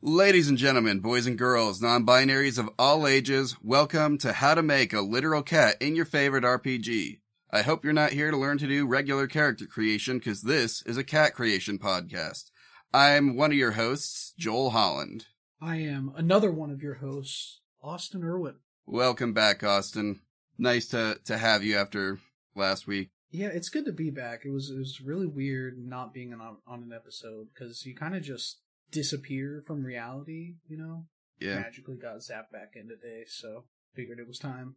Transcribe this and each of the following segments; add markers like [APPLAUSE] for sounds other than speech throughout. ladies and gentlemen, boys and girls, non-binaries of all ages, welcome to How to Make a Literal Cat in Your Favorite RPG. I hope you're not here to learn to do regular character creation, because this is a cat creation podcast. I'm one of your hosts, Joel Holland. I am another one of your hosts, Austin Irwin. Welcome back, Austin. Nice to, to have you after last week. Yeah, it's good to be back. It was it was really weird not being on on an episode because you kind of just disappear from reality, you know. Yeah. Magically got zapped back in today, so figured it was time.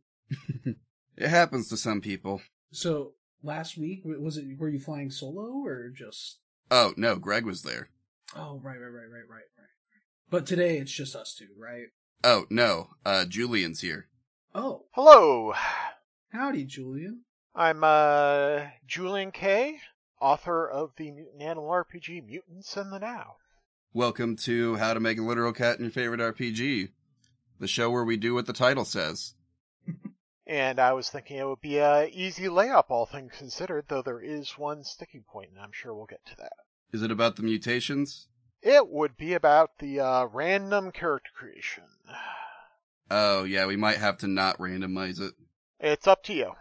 It happens to some people. So last week w- was it? Were you flying solo or just? Oh, no, Greg was there. Oh, right, right, right, right, right, right. But today it's just us two, right? Oh, no, uh, Julian's here. Oh, Hello, howdy, Julian. I'm uh, Julian Kay, author of the Mutant Animal RPG Mutants and the Now. Welcome to How to Make a Literal Cat in Your Favorite RPG, the show where we do what the title says. And I was thinking it would be a easy layup, all things considered, though there is one sticking point, and I'm sure we'll get to that. Is it about the mutations? It would be about the uh, random character creation. Oh, yeah, we might have to not randomize it. It's up to you.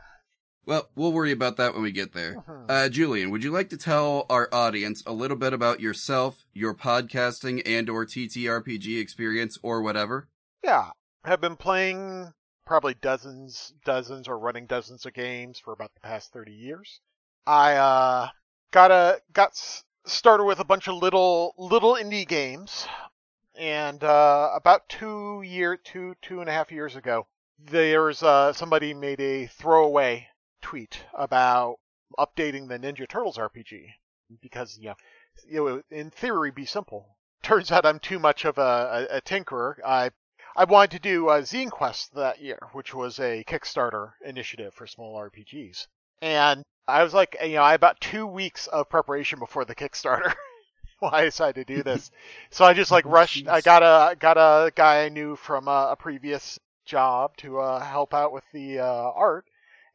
Well, we'll worry about that when we get there. Uh, Julian, would you like to tell our audience a little bit about yourself, your podcasting and or TTRPG experience or whatever? [LAUGHS] Yeah, I've been playing probably dozens, dozens, or running dozens of games for about the past thirty years. I uh, got a got s- started with a bunch of little little indie games, and uh, about two year, two two and a half years ago, there's uh, somebody made a throwaway tweet about updating the Ninja Turtles RPG because you know it would in theory be simple. Turns out I'm too much of a, a, a tinkerer. I I wanted to do uh, Zine Quest that year, which was a Kickstarter initiative for small RPGs. And I was like, you know, I had about two weeks of preparation before the Kickstarter [LAUGHS] when I decided [LAUGHS] to do this. so I just like Oh, rushed. I jeez. got a got a guy I knew from uh, a previous job to uh, help out with the uh, art,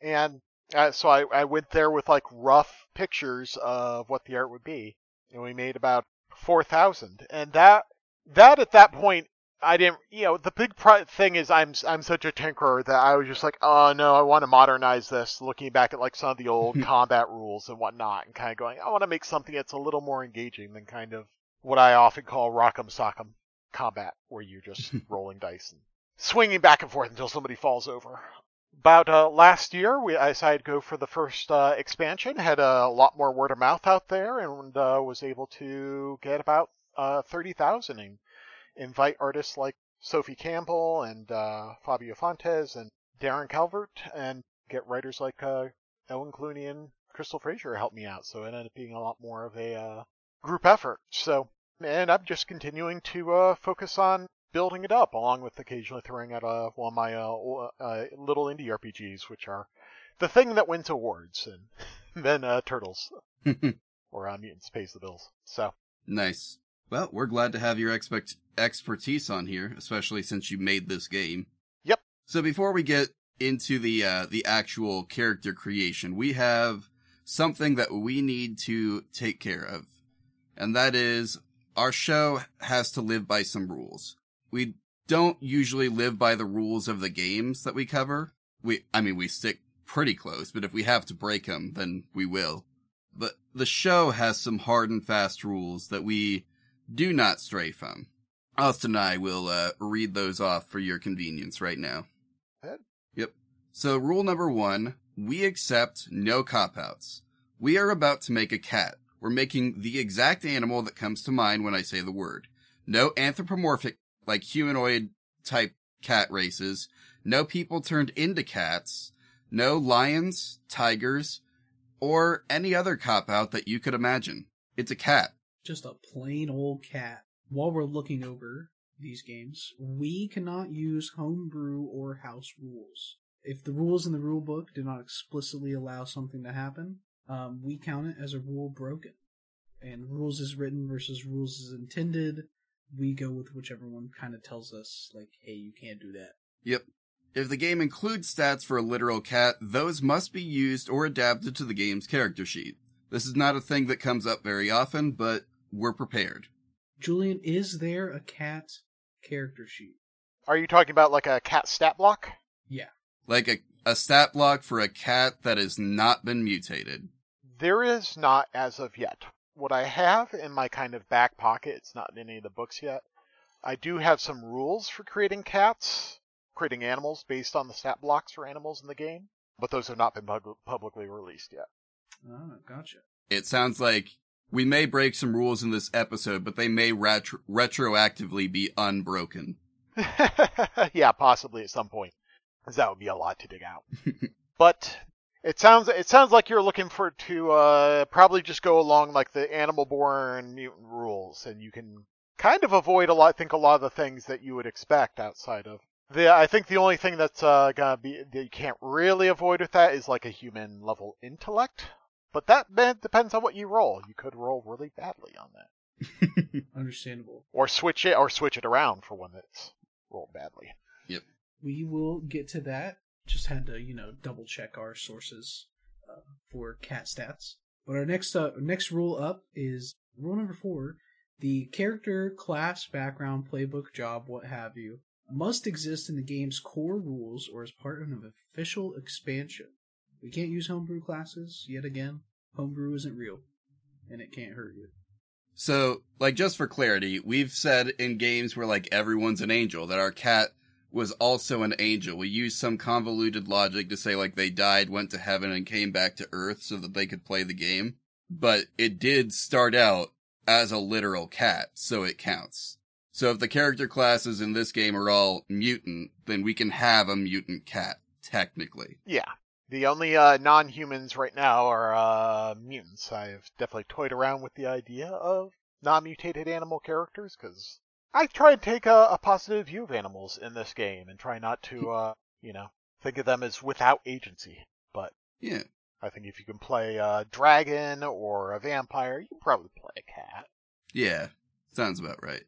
and uh, so I, I went there with like rough pictures of what the art would be, and we made about four thousand. And that that at that point I didn't, you know, the big pro- thing is I'm I'm such a tinkerer that I was just like, oh no, I want to modernize this. Looking back at like some of the old combat rules and whatnot, and kind of going, I want to make something that's a little more engaging than kind of what I often call rock'em sock'em combat, where you're just rolling dice and swinging back and forth until somebody falls over. About uh, last year, we I decided to go for the first uh, expansion. Had a lot more word of mouth out there, and uh, was able to get about uh, thirty thousand in invite artists like Sophie Campbell and uh, Fabio Fontes and Darren Calvert, and get writers like uh, Ellen Clooney and Crystal Frazier help me out. So it ended up being a lot more of a uh, group effort. So, and I'm just continuing to uh, focus on building it up, along with occasionally throwing out uh, one of my uh, o- uh, little indie RPGs, which are the thing that wins awards, and [LAUGHS] then uh, Turtles or uh, Mutants pays the bills. So. nice. Well, we're glad to have your expect- expertise on here, especially since you made this game. Yep. So before we get into the uh, the actual character creation, we have something that we need to take care of, and that is our show has to live by some rules. We don't usually live by the rules of the games that we cover. We, I mean, we stick pretty close, but if we have to break them, then we will. But the show has some hard and fast rules that we do not stray from. Austin and I will uh, read those off for your convenience right now. Good. Yep. So, rule number one we accept no cop outs. We are about to make a cat. We're making the exact animal that comes to mind when I say the word. No anthropomorphic, like humanoid type cat races. No people turned into cats. No lions, tigers, or any other cop out that you could imagine. It's a cat. just a plain old cat. While we're looking over these games, we cannot use homebrew or house rules. If the rules in the rule book do not explicitly allow something to happen, um, we count it as a rule broken. And rules is written versus rules is intended. We go with whichever one kind of tells us, like, hey, you can't do that. Yep. If the game includes stats for a literal cat, those must be used or adapted to the game's character sheet. This is not a thing that comes up very often, but we're prepared. Julian, is there a cat character sheet. Are you talking about like a cat stat block? Like a, a stat block for a cat that has not been mutated. There is not as of yet. What I have in my kind of back pocket, it's not in any of the books yet. I do have some rules for creating cats, creating animals based on the stat blocks for animals in the game, but those have not been pub- publicly released yet. Ah, gotcha. It sounds like we may break some rules in this episode, but they may retro- retroactively be unbroken. [LAUGHS] yeah, possibly at some point, 'cause that would be a lot to dig out. but it sounds it sounds like you're looking for to uh, probably just go along like the animal born mutant rules, and you can kind of avoid a lot. I think a lot of the things that you would expect outside of the. I think the only thing that's uh, gonna be that you can't really avoid with that is like a human level intellect. But that be- depends on what you roll. You could roll really badly on that, Understandable. or switch it, or switch it around for one that's rolled badly. We will get to that. Just had to, you know, double check our sources uh, for cat stats. But our next uh, next rule up is rule number four: the character, class, background, playbook, job, what have you, must exist in the game's core rules or as part of an official expansion. We can't use homebrew classes yet again. Homebrew isn't real, and it can't hurt you. So, like, just for clarity, we've said in games where, like, everyone's an angel that our cat was also an angel. We used some convoluted logic to say, like, they died, went to heaven, and came back to earth so that they could play the game. But it did start out as a literal cat, so it counts. So if the character classes in this game are all mutant, then we can have a mutant cat, technically. Yeah. The only uh, non humans right now are uh, mutants. I've definitely toyed around with the idea of non mutated animal characters because I try and take a, a positive view of animals in this game and try not to, uh, you know, think of them as without agency. But Yeah. I think if you can play a dragon or a vampire, you can probably play a cat. Yeah, sounds about right.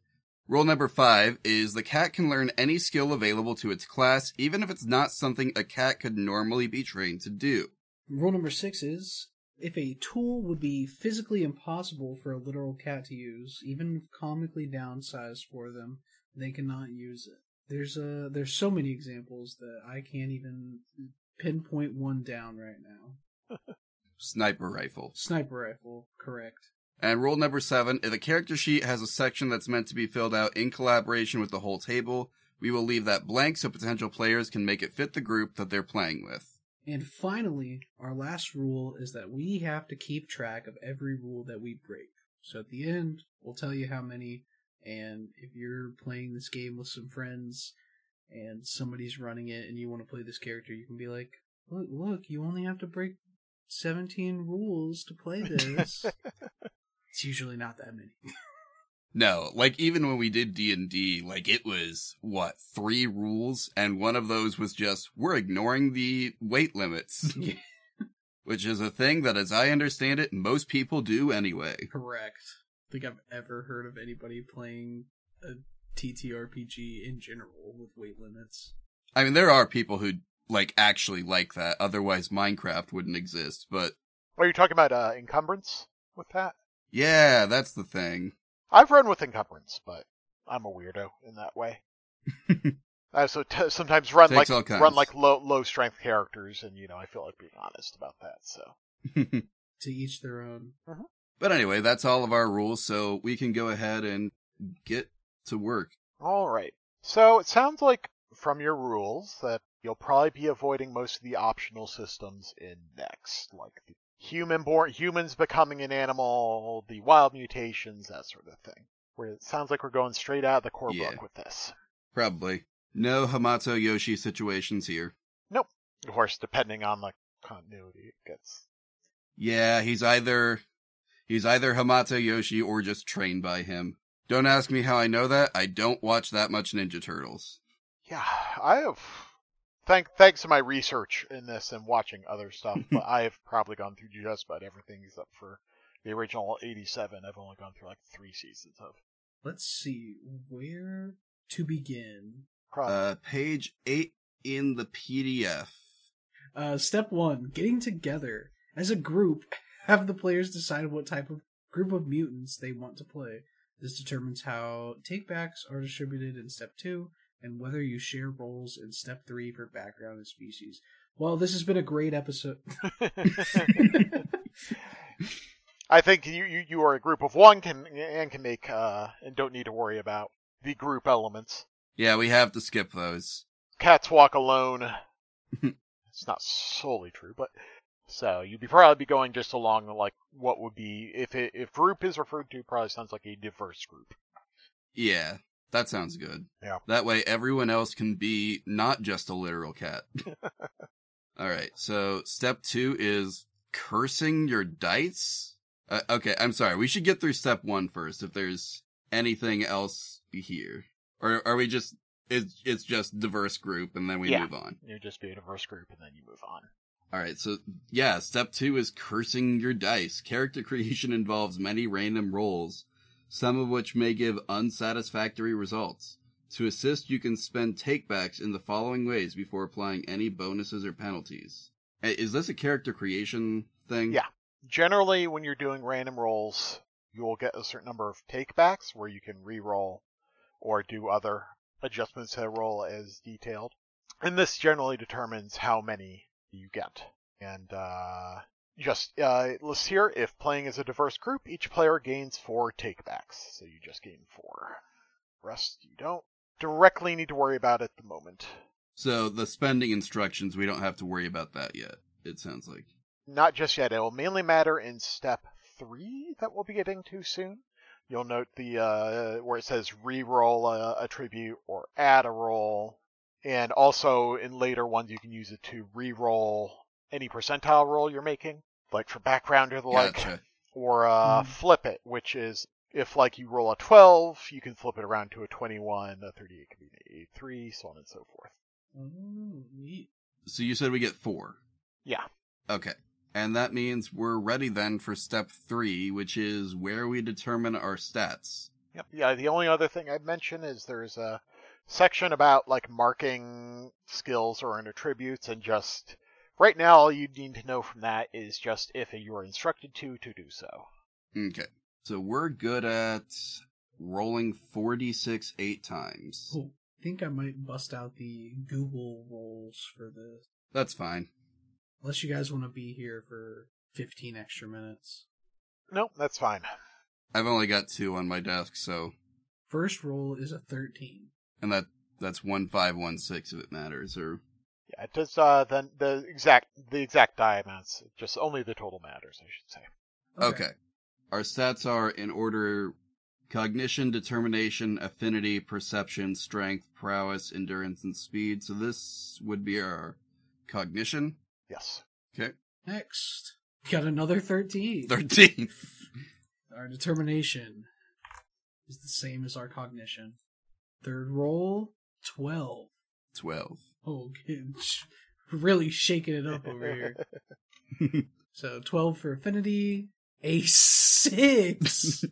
Rule number five is the cat can learn any skill available to its class, even if it's not something a cat could normally be trained to do. Rule number six is if a tool would be physically impossible for a literal cat to use, even if comically downsized for them, they cannot use it. There's a there's so many examples that I can't even pinpoint one down right now. Sniper rifle. Sniper rifle, correct. And rule number seven, if a character sheet has a section that's meant to be filled out in collaboration with the whole table, we will leave that blank so potential players can make it fit the group that they're playing with. And finally, our last rule is that we have to keep track of every rule that we break. So at the end, we'll tell you how many. And if you're playing this game with some friends and somebody's running it and you want to play this character, you can be like, look, look, you only have to break 17 rules to play this. it's usually not that many. No, like even when we did D&D, like it was what, 3 rules and one of those was just we're ignoring the weight limits. [LAUGHS] which is a thing that, as I understand it, most people do anyway. [LAUGHS] Correct. I think I've ever heard of anybody playing a TTRPG in general with weight limits. I mean, there are people who like actually like that. Otherwise, Minecraft wouldn't exist. But Are you talking about uh, encumbrance with that? yeah, that's the thing. [LAUGHS] I've run with encumbrance, but I'm a weirdo in [LAUGHS] that way. I also t- sometimes run Takes all like kinds. run like low low strength characters, and you know I feel like being honest about that. So To each their own. but anyway, that's all of our rules, so we can go ahead and get to work. all right, so it sounds like from your rules that you'll probably be avoiding most of the optional systems in next, like the human born humans becoming an animal, the wild mutations, that sort of thing. Where it sounds like we're going straight out of the core Yeah. book with this. Probably no Hamato Yoshi situations here. Of course, depending on the continuity, it gets Yeah, he's either he's either Hamato Yoshi or just trained by him. Don't ask me how I know that. I don't watch that much Ninja Turtles. Yeah, I have. Thank, thanks to my research in this and watching other stuff, but I have probably gone through just about everything except for the original '87. I've only gone through like three seasons of. Let's see where to begin. Probably. Uh, page eight in the PDF. Uh, step one: getting together [LAUGHS] as a group. Have the players decide what type of group of mutants they want to play. This determines how takebacks are distributed in step two and whether you share roles in step three for background and species. Well, this has been a great episode. [LAUGHS] [LAUGHS] I think you, you, you are a group of one can and can make uh and don't need to worry about the group elements. Yeah, we have to skip those. Cats walk alone. it's not solely true, but so you'd be probably be going just along the, like what would be if it, if group is referred to probably sounds like a diverse group. Yeah, that sounds good. Yeah. That way everyone else can be not just a literal cat. All right. So step two is cursing your dice. Uh, okay. I'm sorry. We should get through step one first. If there's anything else here, or are we just, it's, it's just diverse group and then we Yeah. move on. You just be a diverse group and then you move on. All right, so yeah, step two is cursing your dice. Character [LAUGHS] creation involves many random rolls, some of which may give unsatisfactory results. To assist, you can spend takebacks in the following ways before applying any bonuses or penalties. I- Is this a character creation thing? Yeah. Generally, when you're doing random rolls, you will get a certain number of takebacks where you can re-roll or do other adjustments to the roll as detailed. And this generally determines how many you get. And uh, just uh, list here, if playing as a diverse group, each player gains four takebacks. So you just gain four. Rest you don't directly need to worry about at the moment. So the spending instructions, we don't have to worry about that yet, it sounds like. Not just yet. It will mainly matter in step three that we'll be getting to soon. You'll note the uh, where it says re-roll a, a tribute or add a roll, and also in later ones you can use it to re-roll any percentile roll you're making, like for background or the like, Gotcha. or uh, Mhm. flip it, which is if like you roll a 12, you can flip it around to a 21, a 38 can be an 83, so on and so forth. Oh, neat. So you said we get four. Yeah. Okay. And that means we're ready then for step three, which is where we determine our stats. Yep. Yeah, the only other thing I'd mention is there's a section about like marking skills or in attributes and just right now all you need to know from that is just if you are instructed to to do so. Okay. So we're good at rolling 46 eight times. Oh, I think I might bust out the Google rolls for this. That's fine. Unless you guys want to be here for 15 extra minutes. Nope, that's fine. I've only got two on my desk, so First roll is a 13. and that that's 1516 if it matters or Yeah, it does uh the the exact the exact die amounts. Just only the total matters, I should say. okay. Our stats are in order cognition, determination, affinity, perception, strength, prowess, endurance and speed. So this would be our cognition. Yes. Okay. [LAUGHS] Next, got another 13. 13. Our determination is the same as our cognition. Third roll, 12. 12. Oh, [LAUGHS] good. really shaking it up over here. [LAUGHS] [LAUGHS] So 12 for affinity, a [LAUGHS] 6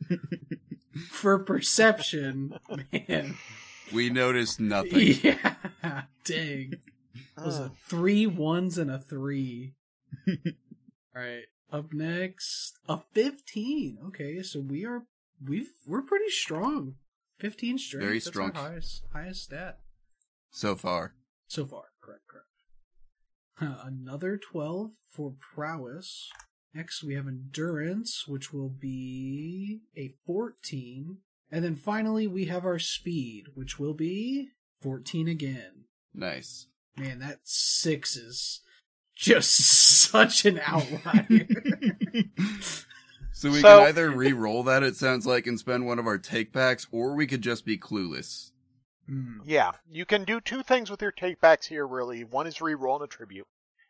for perception. Man. we noticed nothing. [LAUGHS] Yeah. Dang. Was Uh, it three ones and a three? [LAUGHS] All right. Up next, a fifteen. Okay, so we are we've we're pretty strong. Fifteen strength. Very That's strong. our highest highest stat So far. so far. Correct. Correct. Huh, another twelve for prowess. Next, we have endurance, which will be a fourteen, and then finally we have our speed, which will be fourteen again. Nice. Man, that six is just [LAUGHS] such an outlier. So we So- can either re-roll that, it sounds like, and spend one of our takebacks, or we could just be clueless. Hmm. Yeah, you can do two things with your takebacks here, really. One is re-roll and attribute,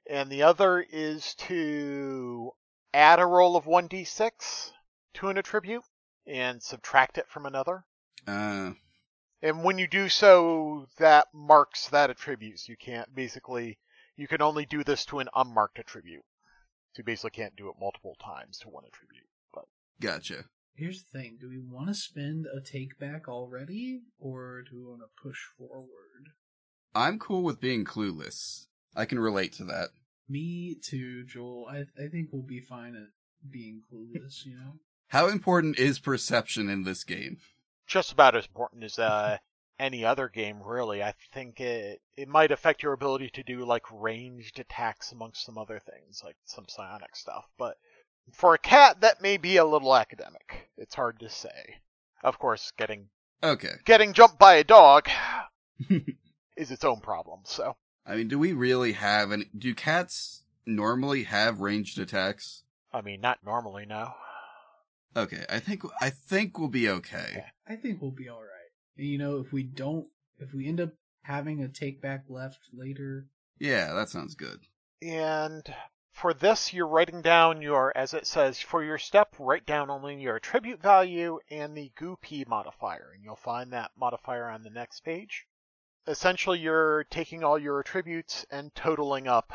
and the other is to add a roll of 1d6 to an attribute and subtract it from another. Uh, And when you do so, that marks that attribute. So you can't basically, you can only do this to an unmarked attribute. So you basically can't do it multiple times to one attribute. But gotcha. Here's the thing do we want to spend a take back already, or do we want to push forward? I'm cool with being clueless. I can relate to that. Me too, Joel. I, I think we'll be fine at being clueless, you know? How important is perception in this game? Just about as important as uh, any other game, really. I think it it might affect your ability to do like ranged attacks amongst some other things, like some psionic stuff. But for a cat, that may be a little academic. It's hard to say. Of course, getting Okay. getting jumped by a dog is its own problem. So I mean, do we really have an do cats normally have ranged attacks? I mean, not normally, no. Okay, I think I think we'll be okay. I think we'll be all right. And, you know, if we don't, if we end up having a take back left later, Yeah, that sounds good. And for this, you're writing down your, as it says, for your step, write down only your attribute value and the GUP modifier, and you'll find that modifier on the next page. Essentially, you're taking all your attributes and totaling up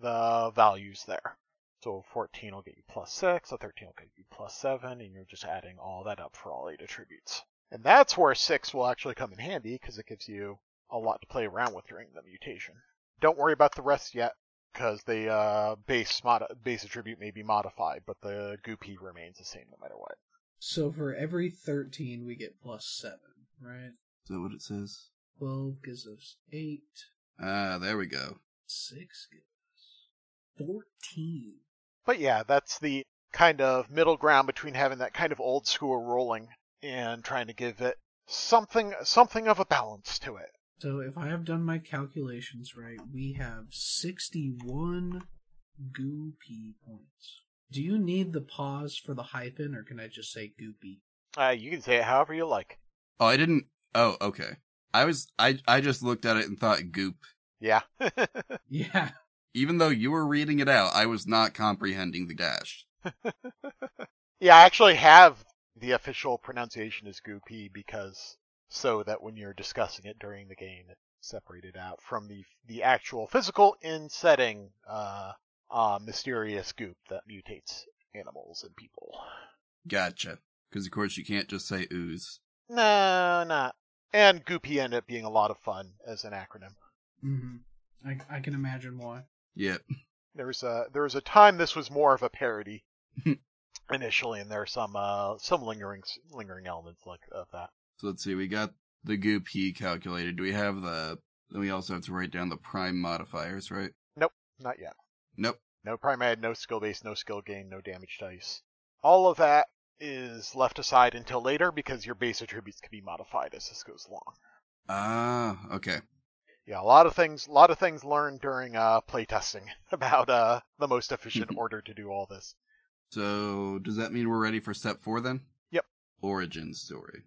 the values there. So 14 will get you plus 6, a 13 will get you plus 7, and you're just adding all that up for all 8 attributes. And that's where 6 will actually come in handy, because it gives you a lot to play around with during the mutation. Don't worry about the rest yet because the uh, base mod- base attribute may be modified, but the goopy remains the same no matter what. so for every 13, we get plus 7, right? Is that what it says? 12 gives us 8, Ah, there we go. 6 gives us 14. But yeah, that's the kind of middle ground between having that kind of old school rolling and trying to give it something something of a balance to it. So if I have done my calculations right, we have 61 goopy points. Do you need the pause for the hyphen, or can I just say goopy? [LAUGHS] Uh, you can say it however you like. Oh, I didn't. Oh, okay. I was I I just looked at it and thought goop. Yeah. [LAUGHS] Yeah. Even though you were reading it out, I was not comprehending the dash. yeah, I actually have the official pronunciation as goopy because so that when you're discussing it during the game, it's separated out from the the actual physical in setting uh, uh, mysterious goop that mutates animals and people. Gotcha. Because of course you can't just say ooze. No, not. And goopy ended up being a lot of fun as an acronym. hmm I, I can imagine why. Yep. There was a there was a time this was more of a parody initially, and there are some uh, some lingering lingering elements like of that. So let's see. We got the goop he calculated. Do we have the? Then we also have to write down the prime modifiers, right? Not yet. Nope. No prime add, no skill base, no skill gain, no damage dice. All of that is left aside until later because your base attributes can be modified as this goes along. Ah, okay. Yeah, a lot of things, a lot of things learned during uh, playtesting [LAUGHS] about uh, the most efficient order to do all this. So, does that mean we're ready for step four then? Yep. Origin story.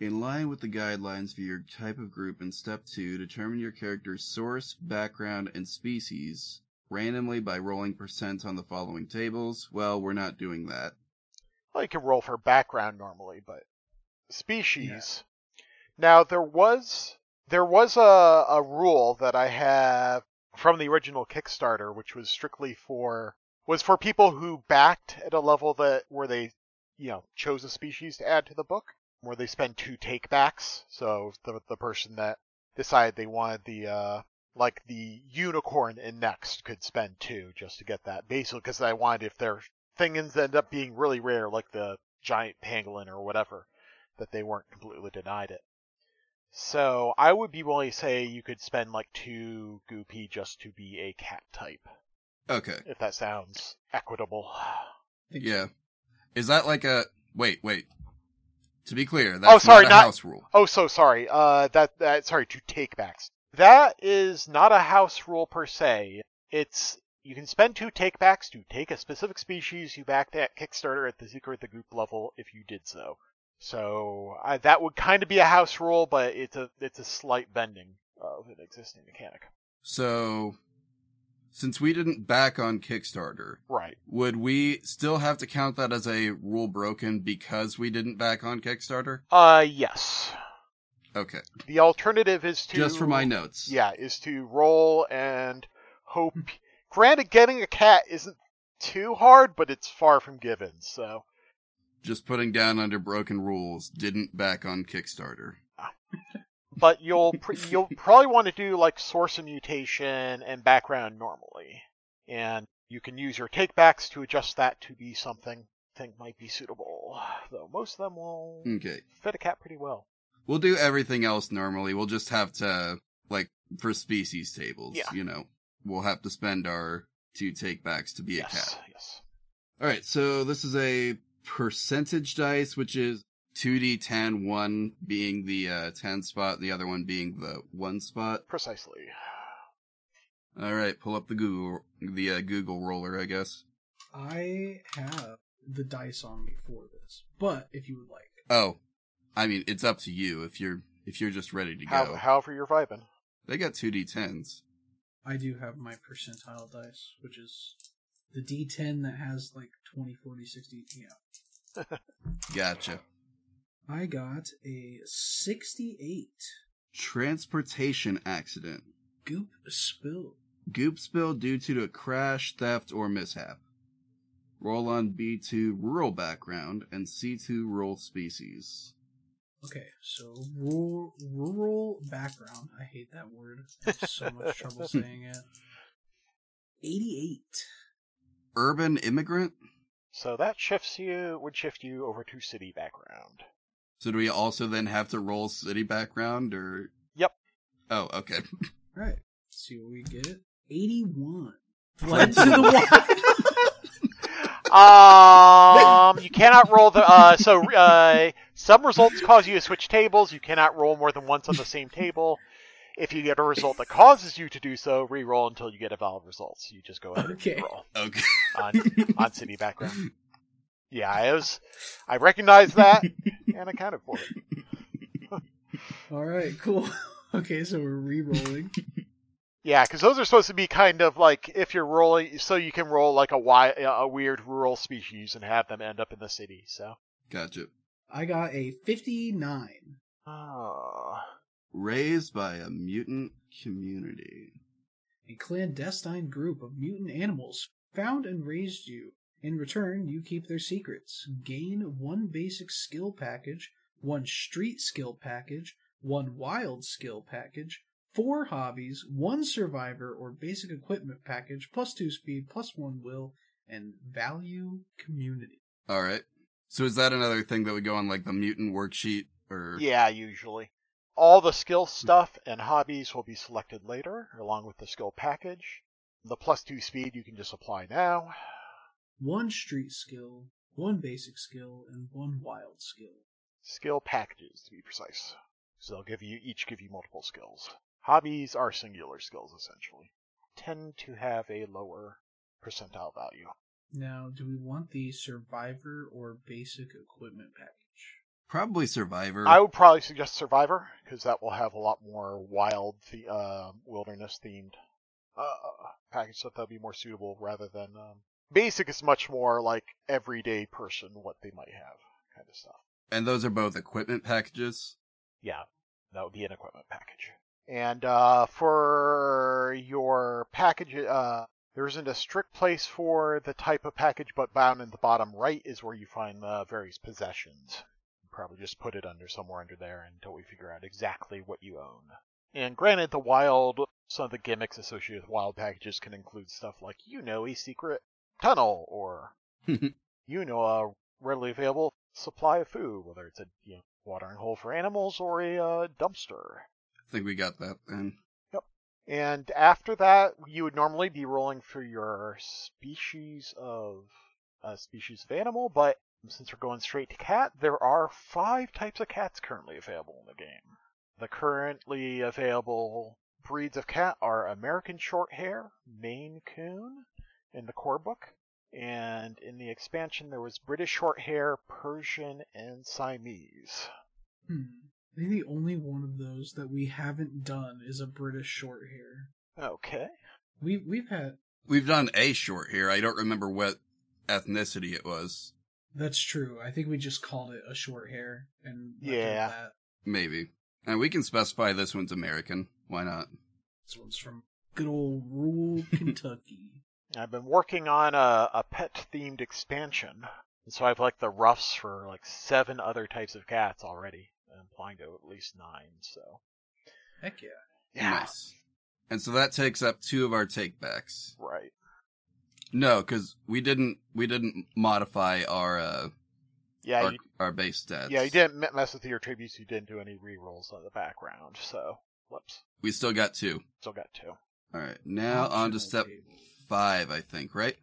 In line with the guidelines for your type of group in step two, determine your character's source, background, and species randomly by rolling percent on the following tables. Well, we're not doing that. Well, you can roll for background normally, but species. Now there was there was a a rule that I have from the original Kickstarter, which was strictly for was for people who backed at a level that where they you know chose a species to add to the book, where they spend two takebacks. So the the person that decided they wanted the uh like the unicorn in next could spend two just to get that basically because I wanted if they're things end up being really rare, like the giant pangolin or whatever, that they weren't completely denied it. So I would be willing to say you could spend like two goopy just to be a cat type, Okay. if that sounds equitable. Think so. Yeah. Is that like a. Wait, wait. To be clear, that's Oh, sorry, not a not- house rule. Oh, so sorry. Uh, that that sorry, two takebacks. That is not a house rule per se. It's you can spend two takebacks to take a specific species you backed at Kickstarter at the Secret of the Group level if you did so. So I, that would kind of be a house rule, but it's a it's a slight bending of an existing mechanic. So, since we didn't back on Kickstarter, Right. would we still have to count that as a rule broken because we didn't back on Kickstarter? Uh, yes. Okay. The alternative is to Just for my notes. Yeah, is to roll and Hmm. hope. Granted, getting a cat isn't too hard, but it's far from given. So Just putting down under broken rules, didn't back on Kickstarter. but you'll [LAUGHS] pr- you'll probably want to do like source and mutation and background normally, and you can use your takebacks to adjust that to be something think might be suitable. Though most of them will Okay. fit a cat pretty well. We'll do everything else normally. We'll just have to, like, for species tables, Yeah. you know, we'll have to spend our two take backs to be a yes, cat. yes. All right. So this is a percentage dice, which is 2d10, one being the uh, 10 spot, the other one being the one spot. Precisely. All right. Pull up the Google, the uh, Google roller, I guess. I have the dice on me for this, but if you would like, Oh, I mean, it's up to you if you're, if you're just ready to How, go. however you're vibing. They got 2d10s. I do have my percentile dice, which is the D10 that has like 20, 40, 60. Yeah. Gotcha. I got a 68. Transportation accident. Goop spill. Goop spill due to a crash, theft, or mishap. Roll on B2 rural background and C2 rural species. Okay, so rural, rural background. I hate that word. I have so much trouble saying it. 88. Urban immigrant? So that shifts you would shift you over to city background. So do we also then have to roll city background or? Yep. Oh, okay. [LAUGHS] All right, let's see what we get. 81. Fled to the wild. Um, you cannot roll the uh, so uh, some results cause you to switch tables. You cannot roll more than once on the same table. If you get a result that causes you to do so, re-roll until you get a valid result. So you just go ahead Okay. and roll Okay. on [LAUGHS] on city background. Yeah, I was I recognized that and accounted for it. All right, cool. [LAUGHS] Okay, so we're re-rolling. Yeah, because those are supposed to be kind of like if you're rolling, so you can roll like a wi- a weird rural species and have them end up in the city. So. Gotcha. I got a 59. Oh. Raised by a mutant community. A clandestine group of mutant animals found and raised you. In return, you keep their secrets. Gain one basic skill package, one street skill package, one wild skill package, four hobbies, one survivor or basic equipment package, plus two speed, plus one will, and value community. All right. So is that another thing that would go on like the mutant worksheet or? Yeah, usually. All the skill stuff and hobbies will be selected later, along with the skill package. The plus two speed you can just apply now. One street skill, one basic skill, and one wild skill. Skill packages, to be precise. So they'll give you each give you multiple skills. Hobbies are singular skills essentially. Tend to have a lower percentile value. Now, do we want the survivor or basic equipment package? Probably survivor. I would probably suggest Survivor because that will have a lot more wild, the, uh, wilderness themed uh, package stuff that'll be more suitable rather than um, basic is much more like everyday person what they might have kind of stuff. And those are both equipment packages. Yeah, that would be an equipment package. And uh, for your package, uh, there isn't a strict place for the type of package, but bound in the bottom right is where you find the various possessions. Probably just put it under somewhere under there until we figure out exactly what you own. And granted, the wild, some of the gimmicks associated with wild packages can include stuff like, you know, a secret tunnel, [LAUGHS] or you know a readily available supply of food, whether it's a you know, watering hole for animals or a uh, dumpster. I think we got that then. And after that, you would normally be rolling for your species of uh, species of animal, but since we're going straight to cat, there are five types of cats currently available in the game. The currently available breeds of cat are American Shorthair, Maine Coon, in the core book, and in the expansion there was British Shorthair, Persian, and Siamese. Hmm. I think the only one of those that we haven't done is a British short hair. Okay. We we've had We've done a short here. I don't remember what ethnicity it was. that's true. I think we just called it a short hair and left it at Yeah. that. Maybe. And we can specify this one's American. Why not? This one's from good old rural Kentucky. I've been working on a, a pet themed expansion, and so I've like the roughs for like seven other types of cats already, and applying to at least nine. So Heck yeah. Nice. And so that takes up two of our takebacks. right. No, because we didn't we didn't modify our uh, Yeah, our, you, our base stats. yeah, you didn't me- mess with your tributes. You didn't do any rerolls on the background, so whoops, We still got two. still got two. All right, now on to Optional step table. five, I think. Right?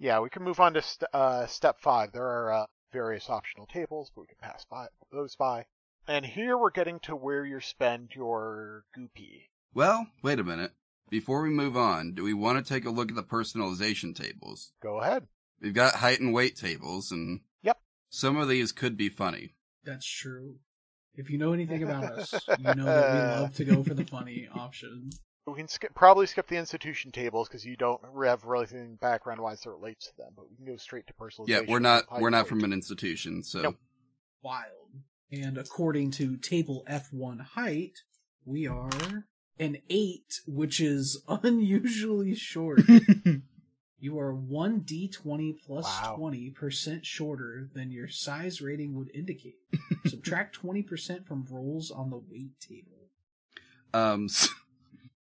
Yeah, we can move on to st- uh, step five. There are uh, various optional tables, but we can pass by those by. And here we're getting to where you spend your goopy. Well, wait a minute. Before we move on, do we want to take a look at the personalization tables? Go ahead. We've got height and weight tables, and Yep. some of these could be funny. That's true. If you know anything about us, you know that we love to go for the funny option. We can skip, probably skip the institution tables because you don't have really anything background wise that relates to them. But we can go straight to personalization. Yeah, we're not with we're not Hydrate. from an institution, so Nope. Wild. And according to table F1 height, we are an 8, which is [LAUGHS] unusually short. you are 1d20 plus Wow. 20% shorter than your size rating would indicate. Subtract 20% from rolls on the weight table. um [LAUGHS] s-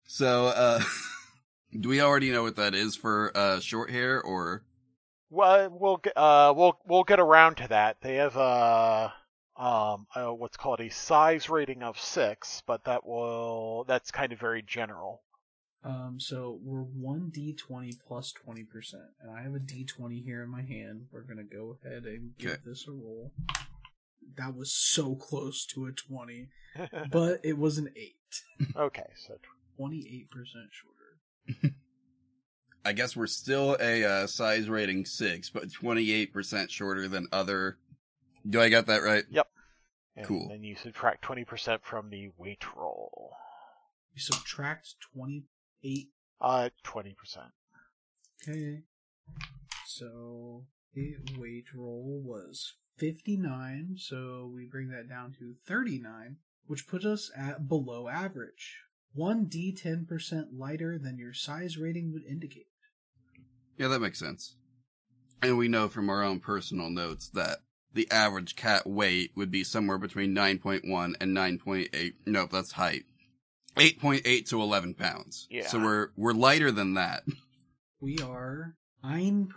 so uh [LAUGHS] do we already know what that is for uh short hair or Well, we'll get uh, we'll we'll get around to that. They have uh um uh, what's called a size rating of six, but that will that's kind of very general. [LAUGHS] Um, so we're one d20 plus 20%, and I have a d20 here in my hand. We're gonna go ahead and give Okay. this a roll. That was so close to a 20, but it was an 8. okay, so 28% shorter. I guess we're still a uh, size rating 6, but 28% shorter than other Do I got that right? and Cool. Then you subtract twenty percent from the weight roll. You subtract 28. Uh, twenty percent. Okay. So the weight roll was 59, so we bring that down to 39, which puts us at below average. 1d10% lighter than your size rating would indicate. Yeah, that makes sense. And we know from our own personal notes that the average cat weight would be somewhere between 9.1 and 9.8. Nope, that's height. 8.8 to 11 pounds. Yeah. So we're we're lighter than that. We are 9%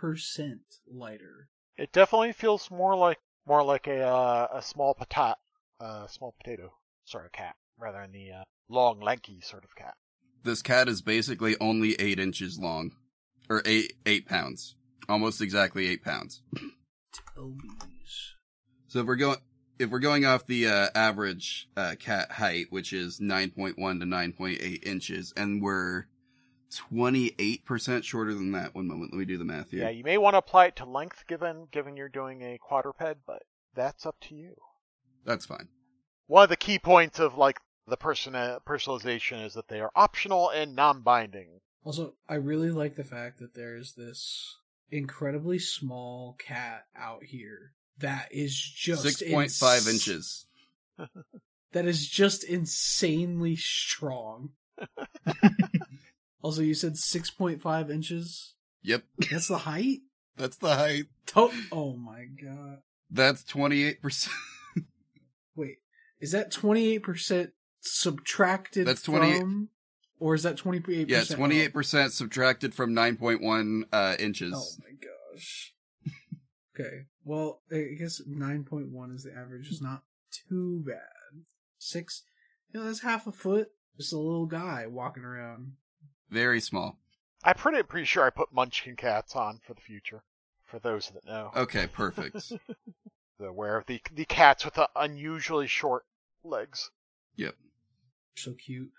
lighter. It definitely feels more like more like a uh, a small potat, uh, small potato sort of cat rather than the uh, long lanky sort of cat. This cat is basically only 8 inches long or 8 8 pounds. Almost exactly 8 pounds. Toby's. So if we're going if we're going off the uh, average uh, cat height, which is 9.1 to 9.8 inches, and we're 28% shorter than that. One moment, let me do the math here. Yeah, you may want to apply it to length given given you're doing a quadruped, but that's up to you. That's fine. One of the key points of like the person personalization is that they are optional and non-binding. Also, I really like the fact that there's this incredibly small cat out here that is just 6.5 ins- inches. that is just insanely strong. also, you said 6.5 inches? Yep, That's the height? that's the height. To- oh my god. That's 28%. Wait, is that 28% subtracted That's 28 from? Or is that [LAUGHS] 28%? yeah, 28% subtracted from 9.1 uh, inches. Oh my gosh. [LAUGHS] okay. Well, I guess 9.1 is the average. It's not too bad. Six, you know, that's half a foot. Just a little guy walking around. Very small. I'm pretty pretty sure I put Munchkin cats on for the future, for those that know. Okay, Oh, perfect. [LAUGHS] They're aware of [LAUGHS] the the cats with the unusually short legs. yep. So cute.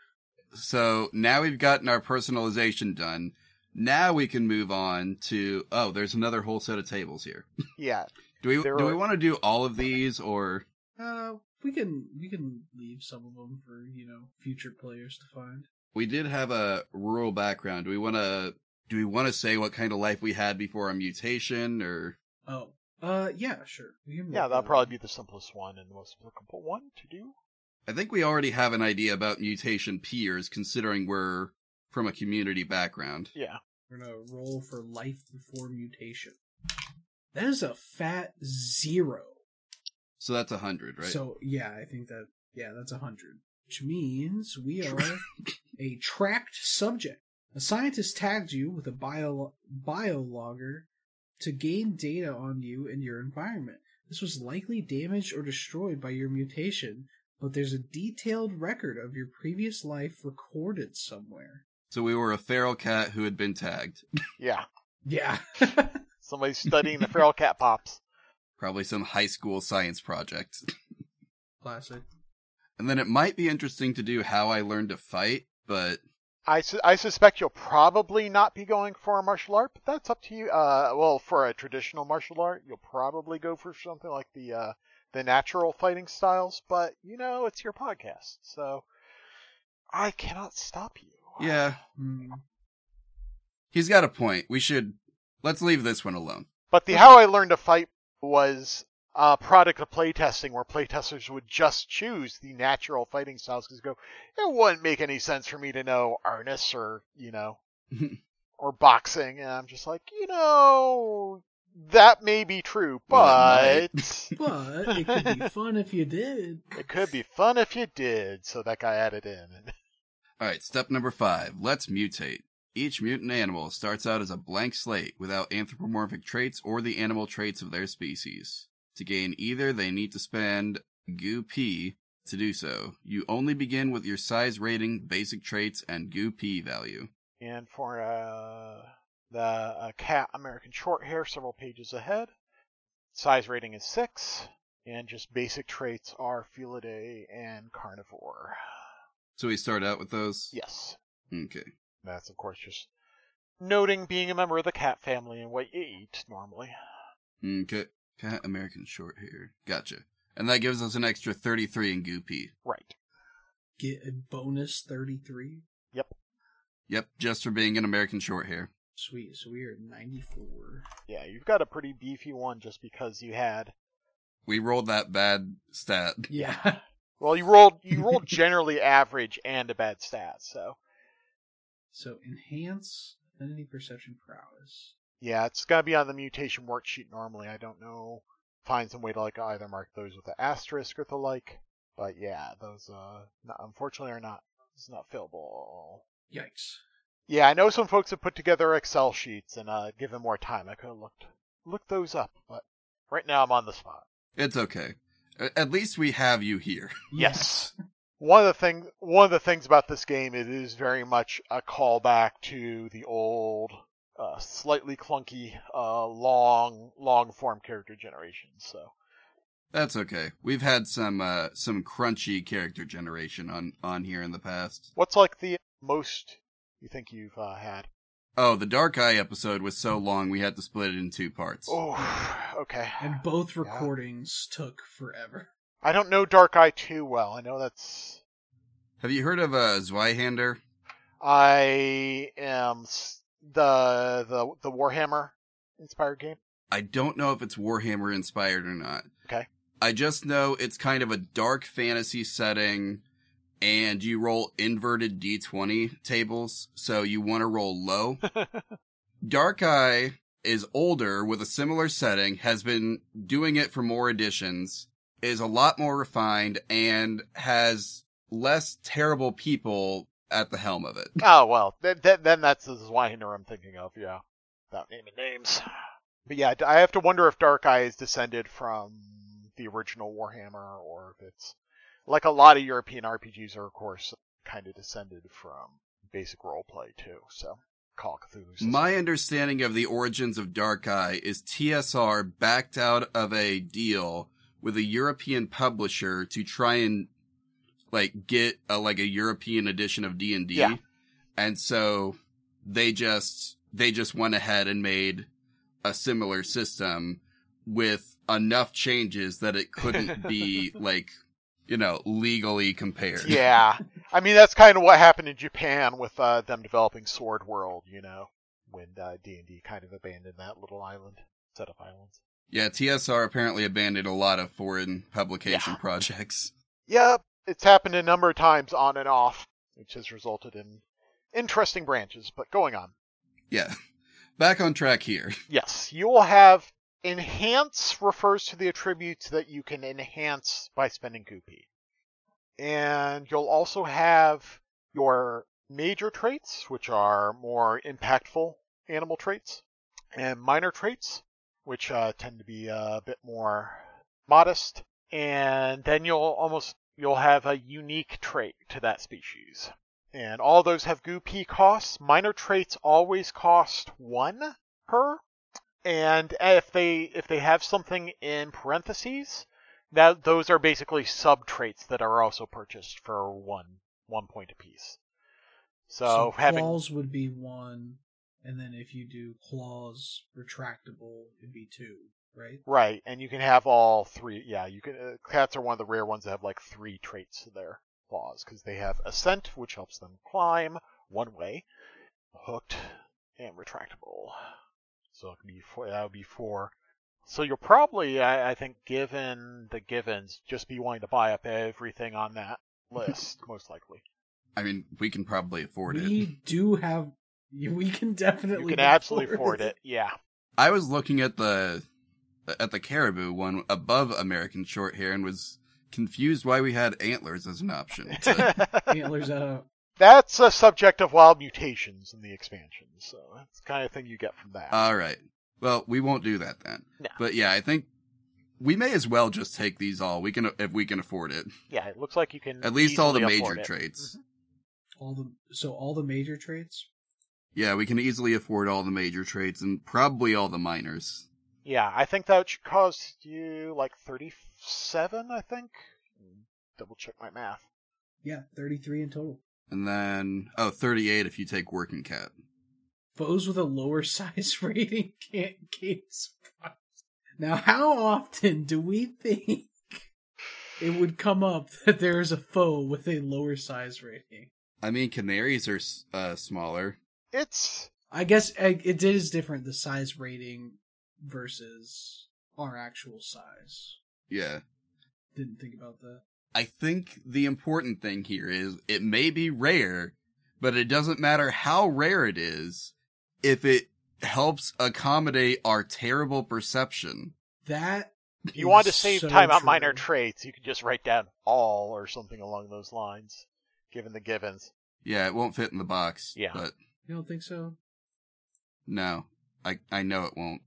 So now we've gotten our personalization done. Now we can move on to oh, there's another whole set of tables here. Yeah, Do we There do are- we want to do all of these or Uh, we can we can leave some of them for you know future players to find. we did have a rural background. Do we want to do we want to say what kind of life we had before our mutation or Oh, uh, yeah, sure. We can yeah, work that'll with probably that. be the simplest one and the most applicable one to do. I think we already have an idea about mutation peers considering we're from a community background. Yeah, We're gonna roll for life before mutation. That is a fat zero. So that's a 100, right? So yeah, I think that yeah, that's a hundred, which means we are a tracked subject. A scientist tagged you with a bio biologger to gain data on you and your environment. This was likely damaged or destroyed by your mutation, but there's a detailed record of your previous life recorded somewhere. So we were a feral cat who had been tagged. Yeah. Yeah. Somebody's studying the feral cat pops. Probably some high school science project. [LAUGHS] Classic. And then it might be interesting to do how I learned to fight, but I, su- I suspect you'll probably not be going for a martial art, but that's up to you. Uh, well, for a traditional martial art, you'll probably go for something like the uh, the natural fighting styles. But you know, it's your podcast, so I cannot stop you. yeah, Hmm. he's got a point. We should let's leave this one alone. But the how I learned to fight was a product of playtesting, where playtesters would just choose the natural fighting styles because go, it wouldn't make any sense for me to know arnis or [LAUGHS] you know, or boxing, and I'm just like, you know, that may be true, Well, it but But it could be fun if you did. it could be fun if you did. So that guy added in. All right, step number five. Let's mutate. Each mutant animal starts out as a blank slate without anthropomorphic traits or the animal traits of their species. To gain either, they need to spend goo p to do so. You only begin with your size rating, basic traits, and goo p value. And for uh, the uh, cat American short hair, several pages ahead. Size rating is six, and just basic traits are felidae and carnivore. So we start out with those. Yes, Okay. that's of course just noting being a member of the cat family and what you eat normally. Okay. Cat American short hair. Gotcha. And that gives us an extra 33 in goo p. Right. Get a bonus 33. Yep, just for being an American short hair. Sweet. So we are at 94. Yeah, you've got a pretty beefy one just because you had. We rolled that bad stat. Yeah. Well, you rolled you [LAUGHS] rolled generally average and a bad stat, so So enhance affinity perception prowess. Yeah, it's gotta be on the mutation worksheet normally. I don't know. Find some way to like either mark those with an asterisk or the like. But yeah, those uh, no- unfortunately are not. It's not fillable. Yikes. Yeah, I know some folks have put together Excel sheets, and uh, given more time, I could have looked looked those up. But right now, I'm on the spot. It's okay. A- At least we have you here. [LAUGHS] Yes. One of the things one of the things about this game it is very much a callback to the old, uh, slightly clunky, uh, long long form character generation. So. That's okay. We've had some uh some crunchy character generation on on here in the past. What's like the most you think you've uh, had? Oh, the Dark Eye episode was so long we had to split it in two parts. Oh, okay. And both Yeah. recordings took forever. I don't know Dark Eye too well. I know that's. Have you heard of uh Zweihander? I am s- the the the Warhammer inspired game. I don't know if it's Warhammer inspired or not. Okay. I just know it's kind of a dark fantasy setting and you roll inverted d20 tables, so you want to roll low. Dark Eye is older with a similar setting, has been doing it for more editions, is a lot more refined, and has less terrible people at the helm of it. oh well, th- th- then that's the Zweihander I'm thinking of. Yeah, without naming names. But yeah, I have to wonder if Dark Eye is descended from the original Warhammer, or if it's like a lot of European RPGs are, of course, kind of descended from basic roleplay too. So Call of Cthulhu. system. My understanding of the origins of Dark Eye is TSR backed out of a deal with a European publisher to try and like get a, like a European edition of D and D, Yeah. and so they just they just went ahead and made a similar system with enough changes that it [LAUGHS] couldn't be like you know legally compared. yeah, I mean that's kind of what happened in Japan with uh, them developing Sword World. You know, when uh, D and D kind of abandoned that little island set of islands. yeah. TSR apparently abandoned a lot of foreign publication projects. Yep, it's happened a number of times on and off, which has resulted in interesting branches. But going on, Yeah. [LAUGHS] Back on track here. [LAUGHS] yes, you will have enhance refers to the attributes that you can enhance by spending goopy, and you'll also have your major traits, which are more impactful animal traits, and minor traits, which uh, tend to be a bit more modest. And then you'll almost you'll have a unique trait to that species. And all those have goo pee costs. Minor traits always cost one per. And if they if they have something in parentheses, that those are basically sub traits that are also purchased for one one point apiece. So, so having claws would be one, and then if you do claws retractable, it'd be two, right? Right, and you can have all three. Yeah, you can. Uh, cats are one of the rare ones that have like three traits to their claws because they have ascent, which helps them climb one way, hooked, and retractable. So it could be four, that would be four. So you'll probably, I, I think, given the givens, just be wanting to buy up everything on that list, most likely. I mean, we can probably afford it. We do have. We can definitely. You can absolutely [LAUGHS] afford it. Yeah. I was looking at the at the caribou one above American short hair and was confused why we had antlers as an [LAUGHS] option. Antlers out. That's a subject of wild mutations in the expansion, so that's the kind of thing you get from that. All right. Well, we won't do that then. No. But yeah, I think we may as well just take these all. We can if we can afford it. yeah, it looks like you can At least all the easily major afford it. Mm-hmm. traits. All the so all the major traits. Yeah, we can easily afford all the major traits and probably all the minors. Yeah, I think that should cost you like thirty-seven. I think. Double check my math. Yeah, thirty three in total. And then oh, 38 if you take working cat. Foes with a lower [LAUGHS] size rating can't gain surprise. Now, how often do we think it would come up that there is a foe with a lower size rating? I mean, canaries are s- uh, smaller. It's I guess uh, it is different the size rating versus our actual size. Yeah. Didn't think about that. I think the important thing here is it may be rare, but it doesn't matter how rare it is if it helps accommodate our terrible perception. That if you want to is save so time on true. minor traits, you can just write down all or something along those lines. Given the givens, Yeah, it won't fit in the box. Yeah. But You don't think so? no, I, I know it won't.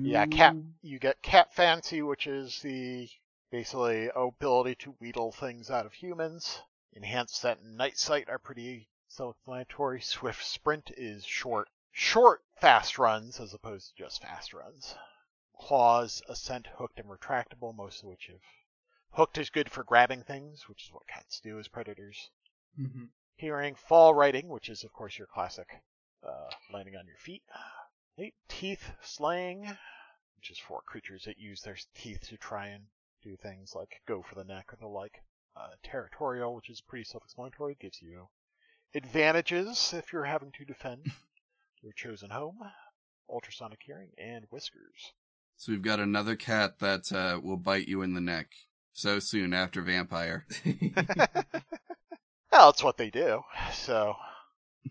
yeah, cat Mm, you get cat fancy, which is the basically ability to wheedle things out of humans. Enhanced scent and night sight are pretty self-explanatory. Swift sprint is short, short fast runs as opposed to just fast runs. Claws, ascent, hooked, and retractable, most of which have. Hooked is good for grabbing things, which is what cats do as predators. mhm. hearing, fall writing, which is of course your classic uh, landing on your feet, Eight, teeth slaying, which is for creatures that use their teeth to try and do things like go for the neck or the like. Uh, territorial, which is pretty self-explanatory, gives you advantages if you're having to defend your chosen home. Ultrasonic hearing and whiskers. [LAUGHS] So we've got another cat that uh, will bite you in the neck so soon after vampire. [LAUGHS] Mm-hmm. Well, that's what they do. So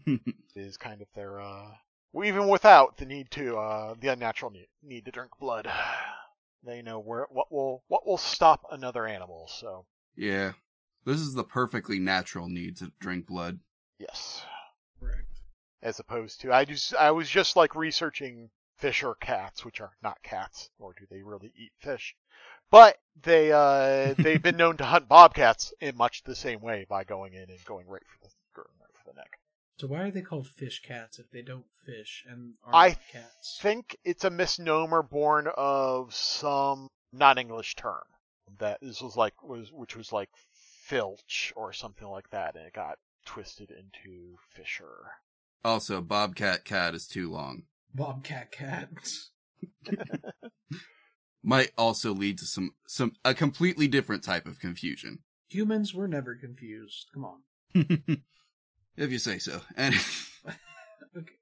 it is kind of their uh well, even without the need to uh the unnatural need, need to drink blood. [SIGHS] They know where what will what will stop another animal. So yeah. This is the perfectly natural need to drink blood. yes, Correct. as opposed to I just I was just like researching fish or cats, which are not cats, nor do they really eat fish, but they uh they've been known to hunt bobcats in much the same way by going in and going right for the going right for the neck. [LAUGHS] So why are they called fish cats if they don't fish and I aren't cats? think it's a misnomer born of some non-English term that this was like was which was like filch or something like that, and it got twisted into fisher. Also, bobcat cat is too long. Bobcat cats. might also lead to some some a completely different type of confusion. Humans were never confused. Come on. if you say so. [LAUGHS] And Okay.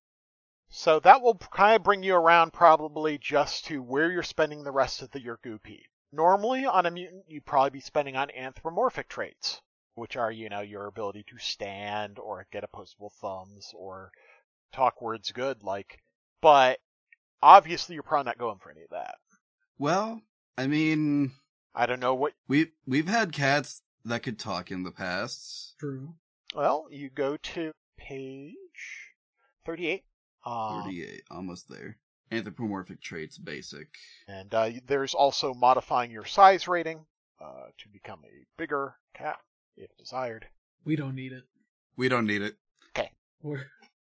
So that will kind of bring you around probably just to where you're spending the rest of the, your goopy. Normally on a mutant, you'd probably be spending on anthropomorphic traits, which are, you know, your ability to stand or get opposable thumbs or talk words good, like, but obviously you're probably not going for any of that. well, I mean, I don't know what, we we've had cats that could talk in the past. True. well, you go to page 38. Um, 38, uh, almost there. Anthropomorphic traits, basic. And uh, there's also modifying your size rating uh, to become a bigger cat if desired. We don't need it. We don't need it. We're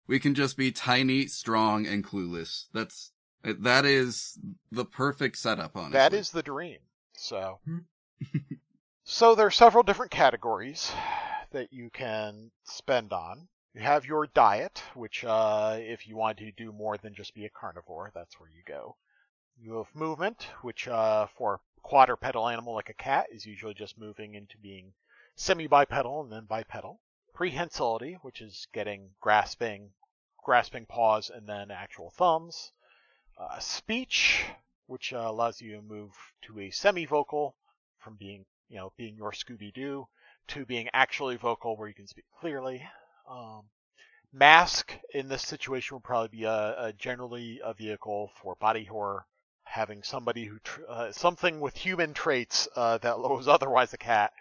We can just be tiny, strong, and clueless. That's that is the perfect setup, honestly. That is the dream. So, Hmm. [LAUGHS] so there are several different categories that you can spend on. You have your diet, which, uh, if you want to do more than just be a carnivore, that's where you go. You have movement, which, uh, for a quadrupedal animal like a cat, is usually just moving into being semi-bipedal and then bipedal. Prehensility, which is getting grasping, grasping paws and then actual thumbs. Uh, speech, which uh, allows you to move to a semi-vocal from being, you know, being your Scooby-Doo to being actually vocal where you can speak clearly. Um, mask in this situation would probably be a, a generally a vehicle for body horror, having somebody who tr- uh, something with human traits uh, that [LAUGHS] was otherwise a cat.